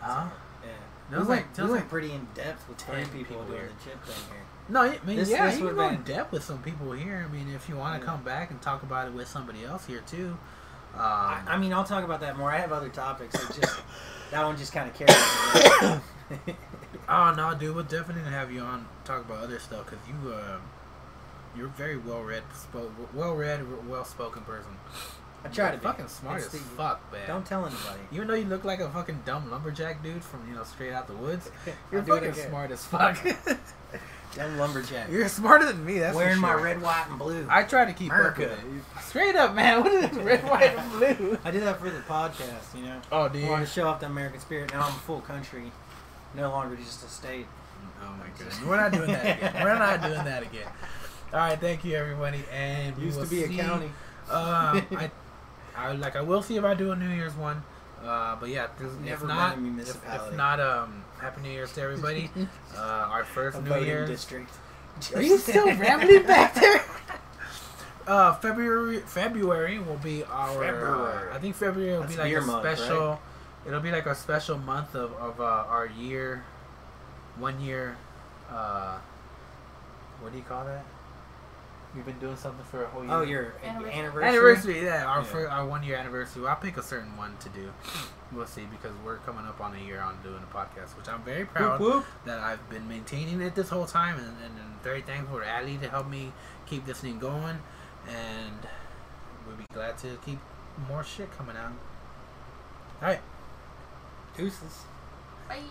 S1: Huh?
S2: Yeah.
S1: It was
S2: we
S1: like,
S2: went,
S1: it
S2: we
S1: was
S2: went
S1: like
S2: pretty in depth with
S1: 10
S2: ten people,
S1: people
S2: doing
S1: here.
S2: the chip thing here.
S1: No, I mean,
S2: This-
S1: yeah,
S2: this
S1: you can
S2: would've
S1: go in
S2: been-
S1: depth with some people here. I mean, if you want to
S2: Yeah.
S1: come back and talk about it with somebody else here too. Um,
S2: I, I mean, I'll talk about that more. I have other topics. I just that one just kind of carries. me.
S1: oh no, dude, we'll definitely have you on to talk about other stuff because you, uh, you're a very well read, spo- well read, well spoken person.
S2: I try to be
S1: fucking smart
S2: It's
S1: as
S2: the-
S1: fuck, man.
S2: Don't tell anybody.
S1: even though you look like a fucking dumb lumberjack dude from you know straight out the woods, you're
S2: I'll do it
S1: fucking
S2: again.
S1: smart as fuck.
S2: Dumb lumberjack.
S1: you're smarter than me. That's for
S2: Wearing my
S1: sure.
S2: red, white, and blue.
S1: I try to keep up with
S2: America.
S1: it. Straight up, man. What is red, white, and blue?
S2: I do that for the podcast, you know.
S1: Oh,
S2: I
S1: dude.
S2: want to show off the American spirit. Now I'm a full country, no longer just a state.
S1: Oh my goodness. We're not doing that again. We're not doing that again. All right, thank you everybody, and we
S2: Used to
S1: will
S2: be a
S1: see-
S2: county.
S1: Um, I, I like I will see if I do a New Year's one. Uh, but yeah, there's, if
S2: Never
S1: not,
S2: mind a
S1: if,
S2: municipality.
S1: if not, um, Happy New Year's to everybody. uh, our first
S2: A
S1: New
S2: voting
S1: Year's.
S2: district.
S1: Are you still rambling back there? Uh, February February will be our.
S2: February.
S1: uh, I think February will
S2: That's
S1: be like
S2: beer
S1: a
S2: month, right?
S1: special. It'll be like a special month of of uh, our year, one year. Uh, what do you call that? You've been doing something for a whole year.
S2: Oh, your
S3: Anniversary.
S2: anniversary.
S1: Anniversary, yeah, our
S2: Yeah.
S1: fir- our one year anniversary. Well, I'll pick a certain one to do. We'll see because we're coming up on a year on doing a podcast, which I'm very
S2: Whoop,
S1: proud
S2: whoop.
S1: that I've been maintaining it this whole time, and, and, and very thankful to Ali to help me keep this thing going, and we'll be glad to keep more shit coming out. All right.
S2: Deuces.
S3: Bye.